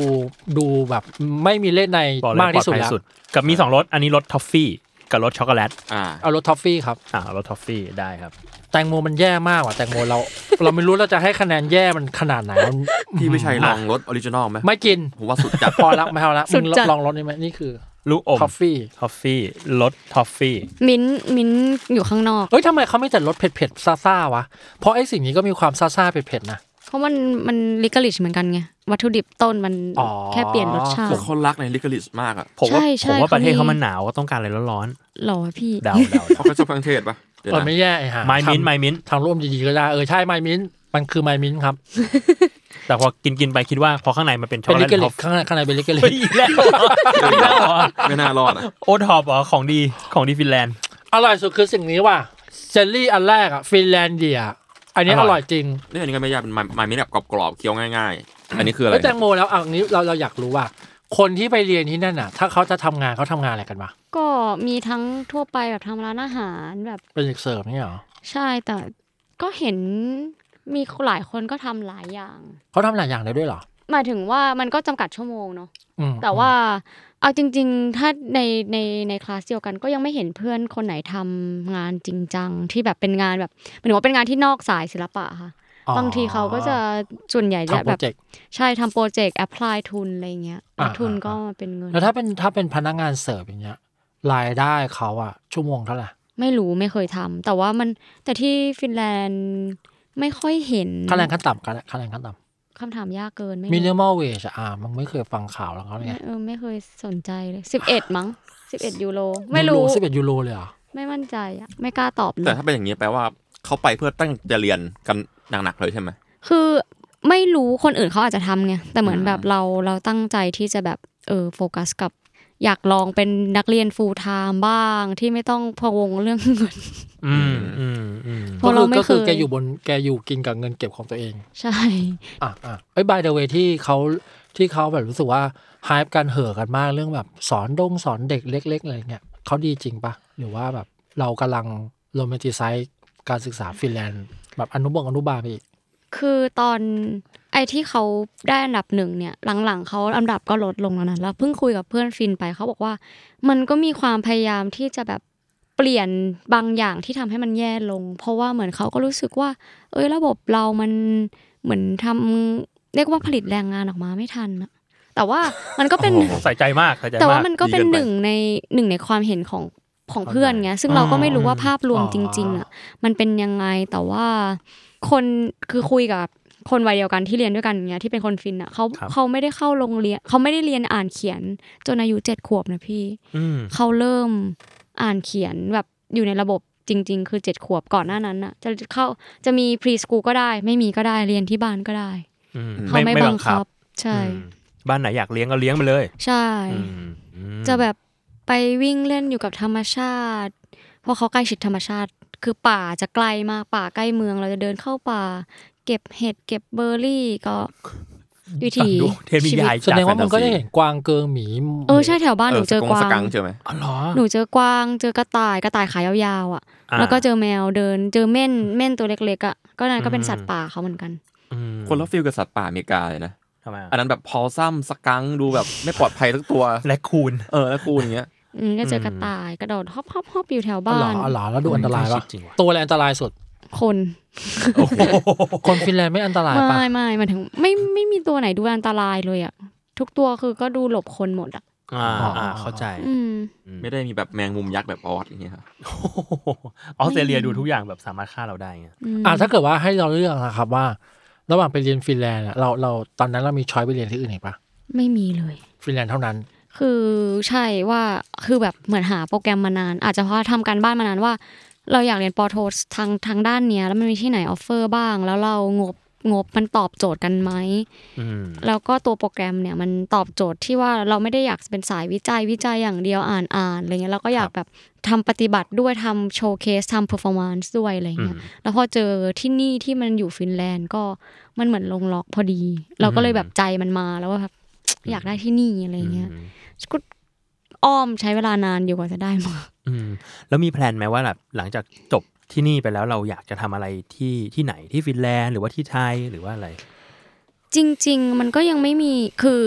Speaker 4: ดูแบบไม่มีเลขใน
Speaker 2: บอกเลย
Speaker 4: มาก
Speaker 2: ปลอ
Speaker 4: ที่
Speaker 2: ด
Speaker 4: สุด
Speaker 2: ภัย
Speaker 4: แล้ว
Speaker 2: สุด กับมี 2รสอันนี้รสทอฟฟี่กับรสช็อกโกแลต
Speaker 6: อ่า
Speaker 4: เอารสทอฟฟี่ครับ
Speaker 2: อ่ารสทอฟฟี่ได้ครับ
Speaker 4: แตงโมมันแย่มากว่ะแตงโมเรา เราไม่รู้เราจะให้คะแนนแย่มันขนาดไหนมัน
Speaker 6: พี่วิชัยลองรสออริจินอลไหม
Speaker 4: ไม่กิน
Speaker 6: ผมว่าสุดจัด
Speaker 4: พอละไม่เอาละมึงลองรสนี้ไหมนี่คือ
Speaker 2: ลูกอม
Speaker 4: ทอฟฟี่
Speaker 2: ทอฟฟี่รสทอฟฟี่
Speaker 7: มิ้นท์มิ้นท์อยู่ข้างนอก
Speaker 4: เอ้ยทำไมเขาไม่แต่รสเผ็ดๆซ่าๆวะเพราะไอ้สิ่งนี้ก็มีความซ่าๆเผ็ดๆนะ
Speaker 7: เพราะมันมันลิกลิชเหมือนกันไงวัตถุดิบต้นมัน
Speaker 4: อ๋อ
Speaker 7: แค่เปลี่ยนรสชาติ
Speaker 6: ผมเขารักในลิกลิสมากอ่ะ
Speaker 2: ผมว่า
Speaker 7: ใช่
Speaker 2: ผ
Speaker 7: ใช่
Speaker 2: มว่าประเทศ
Speaker 7: เขา
Speaker 2: เขา
Speaker 7: มี
Speaker 2: มันหนาวก็ต้องการอะไรร้อน
Speaker 7: หรอวะพี่
Speaker 2: ๆเดาเดา
Speaker 6: เพราะเขาชอบเครื่องเทศปะเดี๋ยว
Speaker 4: เออ
Speaker 6: นะ
Speaker 4: ไม่แย่ไอ้ห่า
Speaker 2: ไมมิน
Speaker 4: ทำ
Speaker 2: ไมมิน
Speaker 4: ทางร่วมดีๆก็ได้เออใช่ไมมินมันคือไมมินครับ
Speaker 2: แต่พอกินกินไปคิดว่าพอข้างในมันเป็นช็อก
Speaker 4: เป็น
Speaker 2: โก
Speaker 4: ลิ
Speaker 2: แลตท
Speaker 4: เกลิ
Speaker 2: อฟ
Speaker 4: กข้างในข้างในเป็นลิเกลิ
Speaker 2: เฮ้ย
Speaker 4: ก
Speaker 2: อีกแล้วเหร ออีกแล้วเหรอ
Speaker 6: ไม่น่ารอดอ่ะ
Speaker 2: โอทอปเหรอของดีของดีฟินแลนด์
Speaker 4: อร่อยสุดคือสิ่งนี้ว่ะเจลลี่อันแรกอ่ะฟินแลนเดีย อันนี้
Speaker 2: อ
Speaker 4: อ
Speaker 2: ร่
Speaker 4: ร่
Speaker 2: อ
Speaker 4: อย ยจริง
Speaker 6: นี่อันนี้ก็ไม่ยากเป็นมันมันไม่แบบกรอบๆเคี้ยวง่ายๆ อันนี้คืออะไร
Speaker 4: เอ้ยแตงโมแล้วเอาอันนี้เราเราอยากรู้ว่า คนที่ไปเรียนที่นั่นอ่ะ ถ้าเขาจะทำงานเขาทำงานอะไรกันวะ
Speaker 7: ก็มีทั้งทั่วไปแบบทำร้านอาหารแบบ
Speaker 4: เป็นเด็กเสิร์ฟนี่เหรอ
Speaker 7: ใช่แต่ก็เห็นมีหลายคนก็ทำหลายอย่าง
Speaker 4: เขาทำหลายอย่างได้ด้วยเหรอ
Speaker 7: หมายถึงว่ามันก็จำกัดชั่วโมงเนาะ
Speaker 4: อืม
Speaker 7: แต่ว่าเอาจริง ๆ ถ้าในในในคลาสเดียวกันก็ยังไม่เห็นเพื่อนคนไหนทำงานจริงจังที่แบบเป็นงานแบบหมายถึงว่าเป็นงานที่นอกสายศิลปะค่ะ
Speaker 4: อ๋อบ
Speaker 7: างทีเขาก็จะส่วนใหญ่จะ
Speaker 4: ทำโป
Speaker 7: แบ
Speaker 4: ร
Speaker 7: บ
Speaker 4: เจกต์
Speaker 7: ใช่ทำโปรเจกต์แอพพลายทุนอะไรเงี้ยแล้ว
Speaker 4: อ่า
Speaker 7: ทุน
Speaker 4: อ่า
Speaker 7: ก็เป็นเงิน
Speaker 4: แล้วถ้าเป็นถ้าเป็นพนักงานเสิร์ฟอย่างเงี้ยรายได้เขาอ่ะ ชั่วโมงเท่าไหร่
Speaker 7: ไม่รู้ไม่เคยทำแต่ว่ามันแต่ที่ฟินแลนด์ไม่ค่อยเห็น
Speaker 4: ค่าแรงขั้นต่ำค่าแรงขั้นต่ำ
Speaker 7: คำถามยากเกินไม่
Speaker 4: มินิ
Speaker 7: รู้
Speaker 4: มอลเวจอ่ะมึงไม่เคยฟังข่าวแล้วเขาไง
Speaker 7: ไม่เออไม่เคยสนใจเลยสิบเอ็ดมั้งสิบเอ็ดยูโรไม่
Speaker 4: ไม่รู้
Speaker 7: รู้
Speaker 4: สิบเอ็ดยูโรเลยเหรอ
Speaker 7: ไม่มั่นใจอ่ะไม่กล้าตอบเล
Speaker 6: แต่
Speaker 7: ย
Speaker 6: ถ้าเป็นอย่างนี้แปลว่าเขาไปเพื่อตั้งใจเรียนกันหนักๆเลยใช่ไหม
Speaker 7: คือไม่รู้คนอื่นเขาอาจจะทำไงแต่เหมือน
Speaker 6: อืม
Speaker 7: แบบเราเราตั้งใจที่จะแบบเออโฟกัสกับ อยากลองเป็นนักเรียนฟูลไทม์บ้างที่ไม่ต้องพะวงเรื่องเงิน
Speaker 2: อืมอืมอืม
Speaker 7: เพราะเราไม่
Speaker 4: ก็คือ
Speaker 7: เคย
Speaker 4: แกอยู่บนแกอยู่กินกับเงินเก็บของตัวเอง
Speaker 7: ใช่
Speaker 4: อ่ะอ่ะไอ้บายเดเวที่เขาที่เขาแบบรู้สึกว่าฮป์กันเห่อะกันมากเรื่องแบบสอนดงสอนเด็กเล็ก ๆ อะไรเงี้ยเขาดีจริงปะหรือว่าแบบเรากำลังโรแมนติไซส์การศึกษาฟินแลนด์แบบอนุบงอนุบาลไปอีก
Speaker 7: คือตอน ไอ้ที่เขาได้อันดับหนึ่งเนี่ยหลังๆเขาอันดับก็ลดลงแล้วนะแล้วเพิ่งคุยกับเพื่อนฟินไปเขาบอกว่า มันก็มีความพยายามที่จะแบบเปลี่ยนบางอย่างที่ทำให้มันแย่ลง เพราะว่าเหมือนเขาก็รู้สึกว่า เอ้ยระบบเรามันเหมือนทำเรียกว่าผลิตแรงงานออกมาไม่ทันอะแต่ว่ามันก็เป็น
Speaker 2: ใส่ใจมากใส่ใจ
Speaker 7: แต่
Speaker 2: มา
Speaker 7: ว่าก มันก็เป็น
Speaker 6: ดีเกินไป
Speaker 7: หนึ่งในหนึ่งในความเห็นของของเพื่อนไงซึ่งเราก็ไม่รู้ว่าภาพรวมจริงๆอ่ะมันเป็นยังไงแต่ว่าคนคือคุยกับคนวัยเดียวกันที่เรียนด้วยกันเงี้ยที่เป็นคนฟินอ่ะเขา
Speaker 2: ครับ
Speaker 7: เขาไม่ได้เข้าโรงเรียนเขาไม่ได้เรียนอ่านเขียนจนอายุเจ็ดขวบนะพี่
Speaker 2: อืม
Speaker 7: เขาเริ่มอ่านเขียนแบบอยู่ในระบบจริง ๆ คือเจ็ดขวบก่อนหน้านั้นอ่ะจะเข้าจะมีพรีส o ูก็ได้ ไม่มีก็ได้เรียนที่บ้านก็ได้
Speaker 2: อืม
Speaker 7: เขาไม่บังคับ ใช่
Speaker 2: อืมบ้านไหนอยากเลี้ยงก็เลี้ยงไปเลย
Speaker 7: ใช่
Speaker 2: อืมอืม
Speaker 7: จะแบบไปวิ่งเล่นอยู่กับธรรมชาติเพราะเขาใกล้ชิดธรรมชาติ คือป่าจะไกลมากป่าใกล้เมืองเราจะเดินเข้าป่า เก็บเห็ดเก็บเบอร์รี่ก็วิถี
Speaker 2: ดูเทพนิ
Speaker 7: ชีวิต
Speaker 2: ยาย
Speaker 4: แส
Speaker 2: จาก
Speaker 4: ดงว่ามึงก็จะเห็นกวางเกิงหมี
Speaker 7: เออใช่แถวบ้านหนูเจอกวา
Speaker 6: สกั
Speaker 7: ง
Speaker 6: งเจอไหม
Speaker 4: อ๋อเหรอ
Speaker 7: หนูเจอกวางเจอกระต่ายกระต่ายขายาวๆอ่ะ
Speaker 2: อ่า
Speaker 7: แล้วก็เจอแมวเดิน เจอเม่นเม่นตัวเล็กๆอ่ะก็นั่นก็เป็น
Speaker 2: อืม
Speaker 7: สัตว์ป่าเขาเหมือนกัน
Speaker 2: อืม
Speaker 6: คนละฟิลกับสัตว์ป่าอเมริกาเลยนะ
Speaker 2: ทำไม
Speaker 6: อันนั้นแบบพอลซัมสกังดูแบบไม่ปลอดภัยทั้งตัว
Speaker 2: และคูณ
Speaker 6: เออแล้วคูอย่างเงี้ย
Speaker 7: อืมก็เจออ
Speaker 2: ม
Speaker 7: กระต่ายกระโดดฮอปฮอปฮอปอยู่แถว
Speaker 4: อ๋อ
Speaker 7: บ้า
Speaker 4: เหรอน อ๋อเหรอแล้วดูอันตรายปะ
Speaker 2: จริงว่ะ
Speaker 4: ตัวอะไรอันตรายสุด
Speaker 7: คน
Speaker 4: คนฟินแลนด์ไม่อันตรายปะ
Speaker 7: ไม่ไม่หมันถึงไม่ไม่มีตัวไหนดูอันตรายเลยอ่ะทุกตัวคือก็ดูหลบคนหมดอ่ะ
Speaker 2: อ่าอ่าเข้าใจ
Speaker 7: อืม
Speaker 6: ไม่ได้มีแบบแมงมุมยักษ์แบบออสอย่างเงี้ยครับ
Speaker 2: โอ้โหออสเตรเลียดูทุกอย่างแบบสามารถฆ่าเราได้ไง
Speaker 4: อ่ะถ้าเกิดว่าให้เราเลือกนะครับว่า ระหว่างไปเรียนฟินแลนด์อะเราเราตอนนั้นเรามีช้อยไปเรียนที่อื่นอีกปะ
Speaker 7: ไม่มีเลย
Speaker 4: ฟินแลนด์เท่านั้น
Speaker 7: คือใช่ว่าคือแบบเหมือนหาโปรแกรมมานาน อาจจะเพราะทำการบ้านมานานว่า เราอยากเรียนปอโททางทางด้านเนี้ยแล้วมันมีที่ไหนออฟเฟอร์บ้าง แล้วเรางบงบมันตอบโจทย์กันไหม
Speaker 2: อืม
Speaker 7: แล้วก็ตัวโปรแกรมเนี่ยมันตอบโจทย์ที่ว่าเราไม่ได้อยากเป็นสายวิจัยวิจัยอย่างเดียวอ่านอ่านอะไรเงี้ยเราก็อยากแบบทำปฏิบัติด้วยทำโชว์เคสทำเพอร์ฟอร์มานซ์ด้วยอะไรเงี้ย
Speaker 2: อืม
Speaker 7: แล้วพอเจอที่นี่ที่มันอยู่ฟินแลนด์ก็มันเหมือนลงล็อกพอดี เราก็เลยแบบใจมันมาแล้วว่าแบบอยากได้ที่นี่อะไรเงี้ย
Speaker 2: อืม
Speaker 7: ก็อ้อมใช้เวลานานอยู่กว่าจะได้มา
Speaker 2: อืมแล้วมีแพลนไหมว่าแบบหลังจากจบที่นี่ไปแล้วเราอยากจะทำอะไรที่ที่ไหนที่ฟินแลนด์หรือว่าที่ไทยหรือว่าอะไร
Speaker 7: จริง ๆ มันก็ยังไม่มีคือ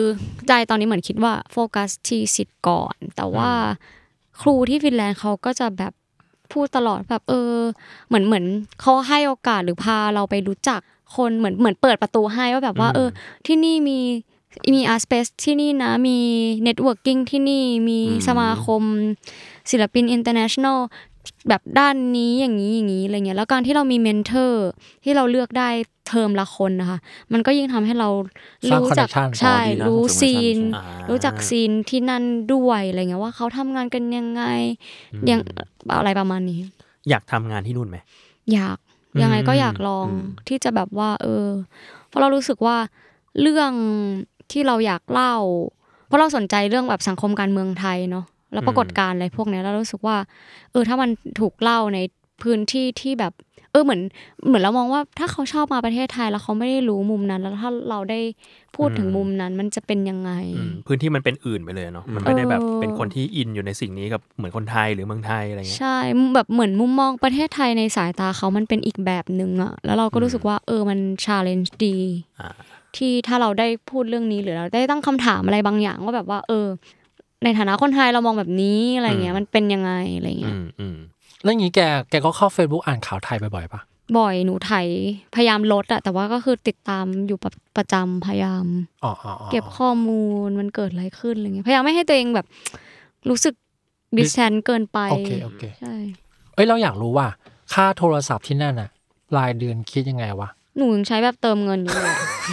Speaker 7: ใจตอนนี้เหมือนคิดว่าโฟกัสที่สิทธิ์ก่อน แต่ว่าครูที่ฟินแลนด์เขาก็จะแบบพูดตลอดแบบเออ เหมือนเหมือนเขาให้โอกาสหรือพาเราไปรู้จักคนเหมือนเหมือนเปิดประตูให้ว่าแบบว่า เออ ที่นี่มีมีอาร์สเปซที่นี่นะมีเน็ตเวิร์กิ่งที่นี่มีสมาคม ศิลปินอินเตอร์เนชั่นแนลแบบด้านนี้อย่างนี้อย่างนี้อะไรเงี้ยแล้วการที่เรามีเมนเทอร์ที่เราเลือกได้เทอมละคนนะคะ มันก็ยิ่งทำให้เรา
Speaker 4: สร้าง
Speaker 7: รู้จั
Speaker 4: connection
Speaker 7: ใช่
Speaker 6: อ๋อดีนะ
Speaker 7: รู้
Speaker 6: connection
Speaker 7: ซีน
Speaker 2: อ่ารู้
Speaker 7: รู้จักซีนที่นั่นด้วยอะไรเงี้ยว่าเขาทำงานกันยังไงยังอะไรประมาณนี้
Speaker 2: อยากทำงานที่นู่นไหม
Speaker 7: อยากยังไงก็
Speaker 2: อืม
Speaker 7: อยากลองที่จะแบบว่า เออ เพราะเรารู้สึกว่าเรื่องที่เราอยากเล่า เพราะเราสนใจเรื่องแบบสังคมการเมืองไทยเนาะแล้วปรากฏการณ์อะไรพวกเนี้ยเรารู้สึกว่า เออถ้ามันถูกเล่าในพื้นที่ที่แบบ เออเหมือน เหมือนเรามองว่าถ้าเขาชอบมาประเทศไทยแล้วเขาไม่ได้รู้มุมนั้น แล้วถ้าเราได้พูดถึงมุมนั้นมันจะเป็นยังไง
Speaker 2: อืมพื้นที่มันเป็นอื่นไปเลยเนาะมันไม่ได้แบบเป็นคนที่อินอยู่ในสิ่งนี้กับเหมือนคนไทยหรือเมืองไทยอะไรเงี้ย
Speaker 7: ใช่แบบเหมือนมุมมองประเทศไทยในสายตาเขามันเป็นอีกแบบหนึ่งอะแล้วเราก็รู้สึกว่า เออมันชาเลนจ์ดี
Speaker 2: อ่า
Speaker 7: ที่ถ้าเราได้พูดเรื่องนี้หรือเราได้ตั้งคำถามอะไรบางอย่างว่าแบบว่า เออ ในฐานะคนไทยเรามองแบบนี้อะไรเงี้
Speaker 2: อื
Speaker 7: ย
Speaker 2: ม
Speaker 7: มันเป็นยังไงอะไรเงี้
Speaker 2: อื
Speaker 7: ย
Speaker 2: มอืม
Speaker 4: แล้วอย่างงี้แกแกก็เข้า Facebook อ่านข่าวไทยบ่อยๆปะ
Speaker 7: บ่อยหนูไถพยายามลดอะแต่ว่าก็คือติดตามอยู่ประประจำพยายาม
Speaker 4: อ๋ออ๋ออ๋อ
Speaker 7: เก็บข้อมูลมันเกิดอะไรขึ้นอะไรเงี้ยพยายามไม่ให้ตัวเองแบบ รู้สึกดิสแทนเกินไป
Speaker 4: โอเคโอเค
Speaker 7: ใช่
Speaker 4: เอ้ยเราอยากรู้ว่าค่าโทรศัพท์ที่นั่นน่ะรายเดือนคิดยังไง วะ
Speaker 7: หนูยังใช้แบบเติมเงินอยู่เลยอะ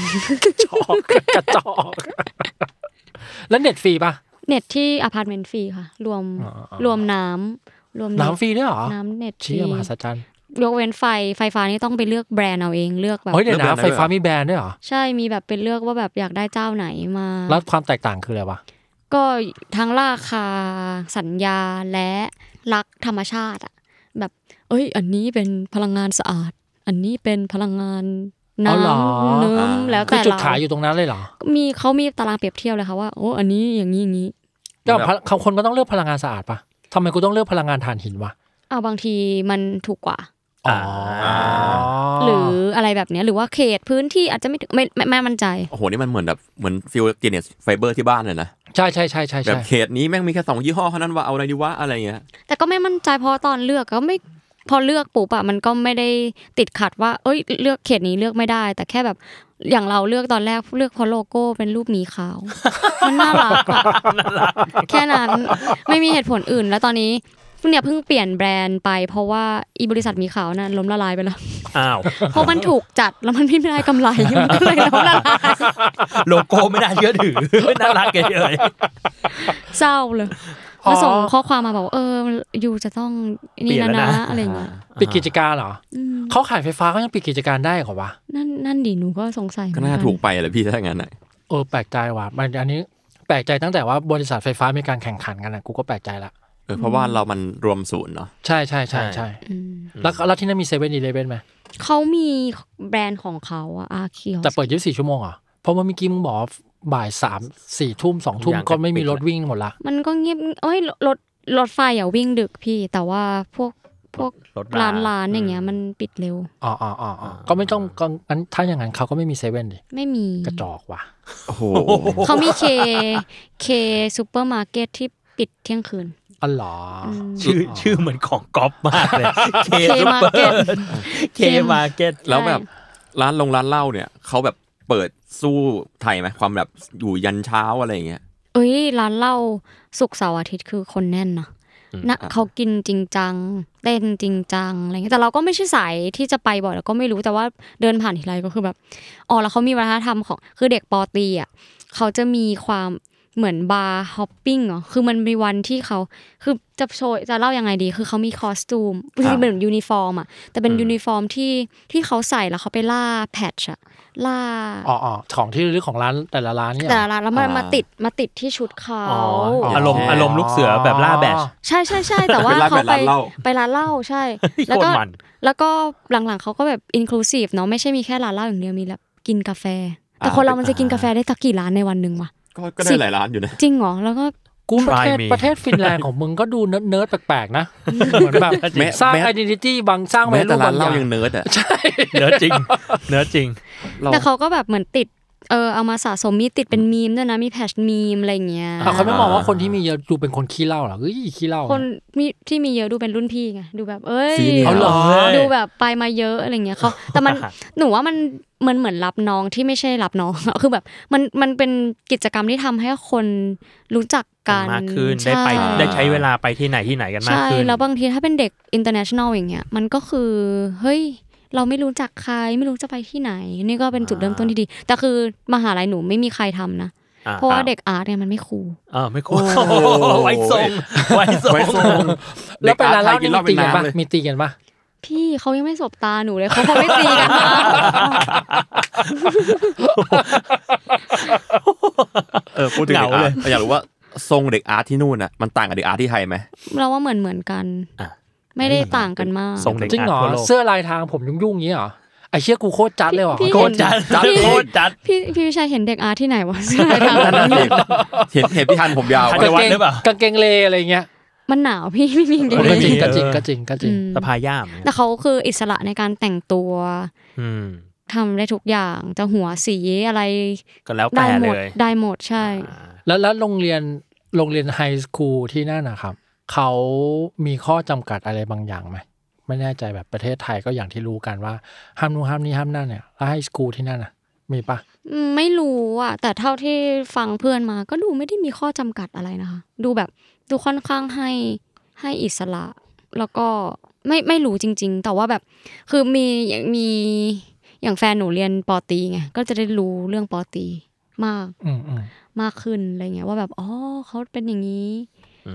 Speaker 4: จอกกระจอกแล้วเน็ตฟรีปะ
Speaker 7: เน็ตที่อพาร์ตเมนต์ฟรีค่ะ รวม
Speaker 4: อ๋ออ๋อ
Speaker 7: รวมน้ำรวมเต
Speaker 4: น้ำฟรีด้วยเหรอ
Speaker 7: น้ำเน็ตฟรี
Speaker 4: เชี่ยมหัศจรรย์
Speaker 7: ยกเว้นไฟไฟฟ้านี่ต้องไปเลือกแบรนด์เอาเองเลือกแบบ
Speaker 4: เฮ้ยเดี๋ยว
Speaker 6: เลื
Speaker 4: นะ
Speaker 6: อกแบรนด์
Speaker 4: ไฟฟ้า
Speaker 6: ได้ด้วยเหรอ
Speaker 4: มีแบรนด์ด้วยเหรอ
Speaker 7: ใช่มีแบบเป็นเลือกว่าแบบอยากได้เจ้าไหนมา
Speaker 4: แล้วความแตกต่างคืออะไรวะ
Speaker 7: ก็ทั้งราคา สัญญาและรักธรรมชาติอะแบบ เอ้ย อันนี้เป็นพลังงานสะอาด อันนี้เป็นพลังงาน
Speaker 4: อ๋
Speaker 7: น้
Speaker 4: อเหรอ
Speaker 7: ำเนื้มแล้ว
Speaker 4: คือ
Speaker 7: แต่
Speaker 4: จุด
Speaker 7: เรา
Speaker 4: ขายอยู่ตรงนั้นเลยเหรอ
Speaker 7: มีเขามีตารางเปรียบเทียบเลยค่ะว่าโอ้อันนี้อย่างนี้อย่างนี้
Speaker 4: ก็พลังคนก็ต้องเลือกพลังงานสะอาดปะทำไมกูต้องเลือกพลังงานถ่านหินวะ
Speaker 7: เอาบางทีมันถูกกว่า
Speaker 4: อ๋ออ่า
Speaker 7: หรืออะไรแบบเนี้ยหรือว่าเขตพื้นที่อาจจะไม่ถึงไม่ไม่ไม่มั่นใจ
Speaker 6: โอ้โหนี่มันเหมือนแบบเหมือนฟิลเจเนสไฟเบอร์ที่บ้านเลยนะ
Speaker 4: ใช่ใช่ใช่ใช่
Speaker 6: แบบ
Speaker 4: ใช่
Speaker 6: เขตนี้แม่งมีแค่สองยี่ห้อเท่านั้นว่าเอาอะไรดีวะอะไรเงี้ย
Speaker 7: แต่ก็ไม่มั่นใจเพราะตอนเลือกก็ไม่พอเลือกปุ๊บอะมันก็ไม่ได้ติดขัดว่า เอ้ย เลือกเขตนี้เลือกไม่ได้ แต่แค่แบบอย่างเราเลือกตอนแรกเลือกเพราะโลโก้เป็นรูปหมีขาว มันน่ารักอะแค่นั้นไม่มีเหตุผลอื่น แล้วตอนนี้เนี่ยเพิ่งเปลี่ยนแบรนด์ไป เพราะว่าอีบริษัทหมีขาวน่ะล้มละลายไปแล้ว
Speaker 2: อ้าว
Speaker 7: เพราะมันถูกจัดแล้วมันไม่ได้กำ ไรมันก็เลยล้มละลาย
Speaker 2: โลโก้ไม่น่าเชื่อถือ น่ารักเกินเลย
Speaker 7: เศร้าเลย
Speaker 4: อ๋อ
Speaker 7: มาส่งข้อความมาบอกว่าเออยูจะต้องนี่แล้วนะอะไรอย่างเงี้ย
Speaker 4: ปิดกิจการเหรอ
Speaker 7: อืม
Speaker 4: เขาขายไฟฟ้าเขายังปิดกิจการได้เหรอวะ
Speaker 7: นั่นนั่นดิหนูก็สงสัยเหมื
Speaker 6: ก็
Speaker 7: อ
Speaker 6: น่าถูกไปเลยพี่ถ้างั้นน่ะ
Speaker 4: เออแปลกใจว่ะมันอันนี้แปลกใจตั้งแต่ว่าบริษัทไฟฟ้ามีการแข่งขันกันนะกูก็แปลกใจละ
Speaker 6: เออเพราะว่าเรามันรวมศูนย์เนาะ
Speaker 4: ใช่ใช่ใช่ใช่
Speaker 7: อืม
Speaker 4: แล้วแล้วที่นั่นมีเซเว่นอีเลเว่นไหม
Speaker 7: เขามีแบรนด์ของเขาอะอาเคียว
Speaker 4: แต่เปิดยี่สิบสี่ชั่วโมงเหรอเพราะว่าเมื่อกี้มึงบอกว่าบ่ายสามสี่ทุ่มสองทุ่มก็ไม่มีรถวิ่งหมดละ
Speaker 7: มันก็เงียบเอ้ยรถรถไฟอย่าวิ่งดึกพี่ แต่ว่าพวกพวกร้านร้านอย่างเงี้ยมันปิดเร็ว
Speaker 4: อ๋ออ๋ออ๋ออ๋อก็ไม่ต้องก็งั้นถ้าอย่างนั้นเขาก็ไม่มีเซเว่นดิ
Speaker 7: ไม่มี
Speaker 4: กระจอกว่ะ
Speaker 6: โอ้โห
Speaker 7: เขามีเคเคซูเปอร์มาร์เก็ตที่ปิดเที่ยงคืน
Speaker 4: อ๋อเหรออ
Speaker 7: อืม
Speaker 2: ชื่อชื่อเหมือนของก๊อปมากเลย เค
Speaker 7: K
Speaker 2: ซูเปอ
Speaker 7: Market
Speaker 2: ร์เคมาเก็ต
Speaker 6: แล้วแบบร้านลงร้านเหล้าเนี่ยเขาแบบเปิดสู้ไทยไหมความแบบอยู่ยันเช้าอะไรเงี้ย
Speaker 7: เอ้ยร้านเหล้าศุกร์เสาร์อาทิตย์คือคนแน่นนะนะเขากินจริงจังเต้นจริงจังอะไรเงี้ยแต่เราก็ไม่ใช่สายที่จะไปบ่อยเราก็ไม่รู้แต่ว่าเดินผ่านทีไรก็คือแบบอ๋อแล้วเขามีวัฒนธรรมของคือเด็กปอตรีอ่ะเขาจะมีความเหมือนบาร์ฮอปปิ้งเหรอคือมันมีวันที่เขาคือจะโชว์จะเล่ายังไงดี คือเขามีคอสตูมคือเหมือนยูนิฟอร์มอ่ะแต่เป็นยูนิฟอร์มที่ที่เขาใส่แล้วเขาไปล่าแพทชอะล่า
Speaker 4: อ๋ออ๋อของที่ระลึกของร้านแต่ละร้านเนี่ย
Speaker 7: แต่ละร้านแล้วมัน
Speaker 6: อ่าม
Speaker 7: มาติดมาติดที่ชุดเขา
Speaker 2: อ๋ออารมณ์อารมณ์ลูกเสือแบบล่าแบช
Speaker 7: ใช่ใช่ใช่แต่ว่า
Speaker 6: เป็นร้าน
Speaker 7: เขาไป
Speaker 6: เป็นร้านเหล้า
Speaker 7: ไปร้านเหล้าใช่ แล้วก็
Speaker 2: โคตรมัน
Speaker 7: แล้วก็หลังๆเขาก็แบบ inclusive เนาะไม่ใช่มีแค่ร้านเหล้าอย่างเดียวมีแบบกินกาแฟ แต่คนเรามันจะกินกาแฟได้สักกี่ร้านในวันหนึ่งวะ
Speaker 6: ก็ก็ได้
Speaker 7: สิบ
Speaker 6: หลายร้านอยู่นะ
Speaker 7: จริงเหรอแล้วก็
Speaker 4: กูประเทศ
Speaker 2: Try me
Speaker 4: ประเทศฟินแลนด์ของมึงก็ดูเนิร์ดๆแปลกๆนะ เหมือนแบบสร้างไอดีนิตี้บางสร้างไว้
Speaker 6: แม้
Speaker 4: รู
Speaker 6: แต่
Speaker 4: ป
Speaker 6: ร้า
Speaker 4: บาน ง
Speaker 6: เห
Speaker 4: อ
Speaker 6: ล้า
Speaker 4: ย่าง
Speaker 6: ยังเนิร์ดอ่ะ
Speaker 2: เนื้อจริง เนื้อจริง
Speaker 6: เรา
Speaker 7: แต่เขาก็แบบเหมือนติดเออเอามาสะสมมีติดเป็นมีมด้วยนะมีแพชมีมอะไรอย่างเงี้ย
Speaker 4: แต่เขาไม่มองว่าคนที่มีเยอะดูเป็นคนขี้เหล้าเหรอเอ้ยขี้เหล้า
Speaker 7: คนมีที่มีเยอะดูเป็นรุ่นพี่ไงดูแบบเอ้ย
Speaker 4: เขาเหรอ
Speaker 7: ดูแบบไปมาเยอะอะไรเงี้ยเขาแต่ มัน หนูว่ามันมันเหมือนรับน้องที่ไม่ใช่รับน้อง คือแบบมันมันเป็นกิจกรรมที่ทำให้คนรู้จักกัน
Speaker 2: มากขึ้นได้
Speaker 7: ใช่
Speaker 2: ไปได้ใช้เวลาไปที่ไหนที่ไหนกันมาก
Speaker 7: ใช่
Speaker 2: ขึ้น
Speaker 7: แล้วบางทีถ้าเป็นเด็ก international อย่างเงี้ยมันก็คือเฮ้ยเราไม่รู้จักใครไม่รู้จะไปที่ไหน นี่ก็เป็นจุดเริ่มต้นที่ดี แต่คือมหาลัยหนูไม่มีใครทำนะ
Speaker 2: อ่า
Speaker 7: เพราะว่าเด็กอาร์ตเนี่ยมันไม่คูล
Speaker 2: เออไม่ควรไว้ทรงไว้ทรง
Speaker 6: ไว้ทรง
Speaker 4: แล้วไปร้านเหล้า
Speaker 6: ด็
Speaker 4: นี่
Speaker 6: กอ
Speaker 4: มี
Speaker 6: ร์ตไทยกิเหล้าเป็น
Speaker 4: ตีกันปะ
Speaker 6: น้ำเลย
Speaker 4: มีตีกันปะ
Speaker 7: พี่เขายังไม่สบตาหนูเลยเขาคงไม่ตี กันนะ
Speaker 2: เออพูดถึง
Speaker 6: เหงา
Speaker 2: เด็กอา
Speaker 6: เล
Speaker 2: ร์
Speaker 6: ย
Speaker 2: ต
Speaker 6: อยากรู้ว่าทรงเด็กอาร์ตที่นู่นน่ะมันต่างกับเด็กอาร์ตที่ไทยไหม
Speaker 7: เราว่าเหมือนเหมือนกัน
Speaker 2: อ่ะ
Speaker 7: ไม่ได้ต่างกันมาก
Speaker 2: ทรงเด็ก
Speaker 4: จริงเหรอ
Speaker 2: ทั่วโลก
Speaker 4: เสื้อลายทางผมยุ่งๆอย่างนี้เหรอไอเชี่ยกูโคตรจัดเลยว่ะ
Speaker 7: พี่
Speaker 2: โคตรจัดจัดโคตรจัด
Speaker 7: พี่พี่วิชัยเห็นเด็กอาร์ตที่ไหน วะ เสื้อลายทาง
Speaker 6: นั่นน่ะสิเห็นเห็นพี่ทันผมยาว
Speaker 2: ทั
Speaker 6: อะ
Speaker 2: น ไปวัดหรือเปล่า
Speaker 4: กางเกงเลอะไรเงี้ย
Speaker 7: มันหนาวพี่ ไม่มีจริง
Speaker 4: ก็จริง
Speaker 2: เออ
Speaker 4: ก็จริงก็จริงก็จริง
Speaker 2: สะพายย่ามเนี่ย
Speaker 7: แต่เขาคืออิสระในการแต่งตัว
Speaker 2: อืม
Speaker 7: ทำได้ทุกอย่างจะหัวสีอะไร
Speaker 2: ก็แล้ว
Speaker 7: ได้
Speaker 2: แต่
Speaker 7: หม
Speaker 2: เล
Speaker 7: ด
Speaker 2: ย
Speaker 7: ได้หมดใช่
Speaker 4: แล้วแล้วโรงเรียนโรงเรียนไฮสคูลที่นั่นนะครับเขามีข้อจำกัดอะไรบางอย่างไหมไม่แน่ใจแบบประเทศไทยก็อย่างที่รู้กันว่าห้ามนู่นห้ามนี่ห้ามนั่นเนี่ยแล้วไฮสคูลที่นั่นน่ะมีปะ
Speaker 7: อืมไม่รู้อะแต่เท่าที่ฟังเพื่อนมา ก็ดูไม่ได้มีข้อจำกัดอะไรนะคะ ดูแบบดูค่อนข้างให้ให้อิสระ แล้วก็ไม่ไม่รู้จริง ๆ แต่ว่าแบบคือมีอย่างมีอย่างแฟนหนูเรียนปอตรีไงก็จะได้รู้เรื่องปอตรีมาก
Speaker 4: อืมอืม
Speaker 7: มากขึ้นอะไรเงี้ยว่าแบบอ๋อเขาเป็นอย่างนี้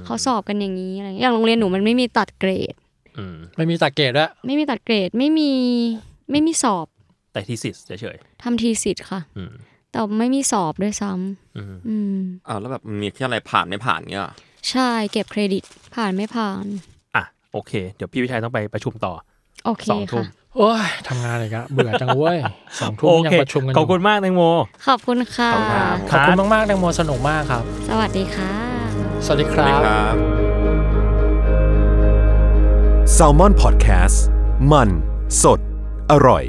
Speaker 7: เขาสอบกันอย่างนี้อะไรเงี้ยอย่างโรงเรียนหนูมันไม่มีตัดเกรด
Speaker 2: อืม
Speaker 4: ไม่มีตาเกตด้วย
Speaker 7: ไม่มีตัดเกรดไม่มีไม่มีสอบ
Speaker 2: แต่ทีสิสเฉย
Speaker 7: ทำทีสิทธ์ค่ะ
Speaker 2: ๆอืม
Speaker 7: แต่ไม่มีสอบด้วยซ้ำ
Speaker 2: อืม
Speaker 7: อืม
Speaker 6: อ้าวแล้วแบบมันมีแค่อะไรผ่านไม่ผ่านเงี้ยเหรอ
Speaker 7: ใช่เก็บเครดิตผ่านไม่ผ่าน
Speaker 2: อ่ะโอเค เดี๋ยวพี่วิชัยต้องไปประชุมต่อ
Speaker 7: โอเค
Speaker 2: สองทุ่ม
Speaker 7: ค่ะ
Speaker 4: โอ้ยทำงานเลยครับเบื่อจังเว้ยสองทุ่มยังประชุมกันอ
Speaker 2: ขอบคุ
Speaker 4: ยู่
Speaker 2: ณมากแตงโม
Speaker 7: ขอบคุณค่ะ
Speaker 2: ขอบคุณครับ
Speaker 4: ขอบคุณมากๆแตงโมสนุกมากครับ
Speaker 7: สวัสดีค่ะ
Speaker 4: สวัสดีครั
Speaker 6: ค
Speaker 4: บ
Speaker 6: รับ
Speaker 1: แซลมอนพอดแคสต์
Speaker 6: มัน สด อร่อย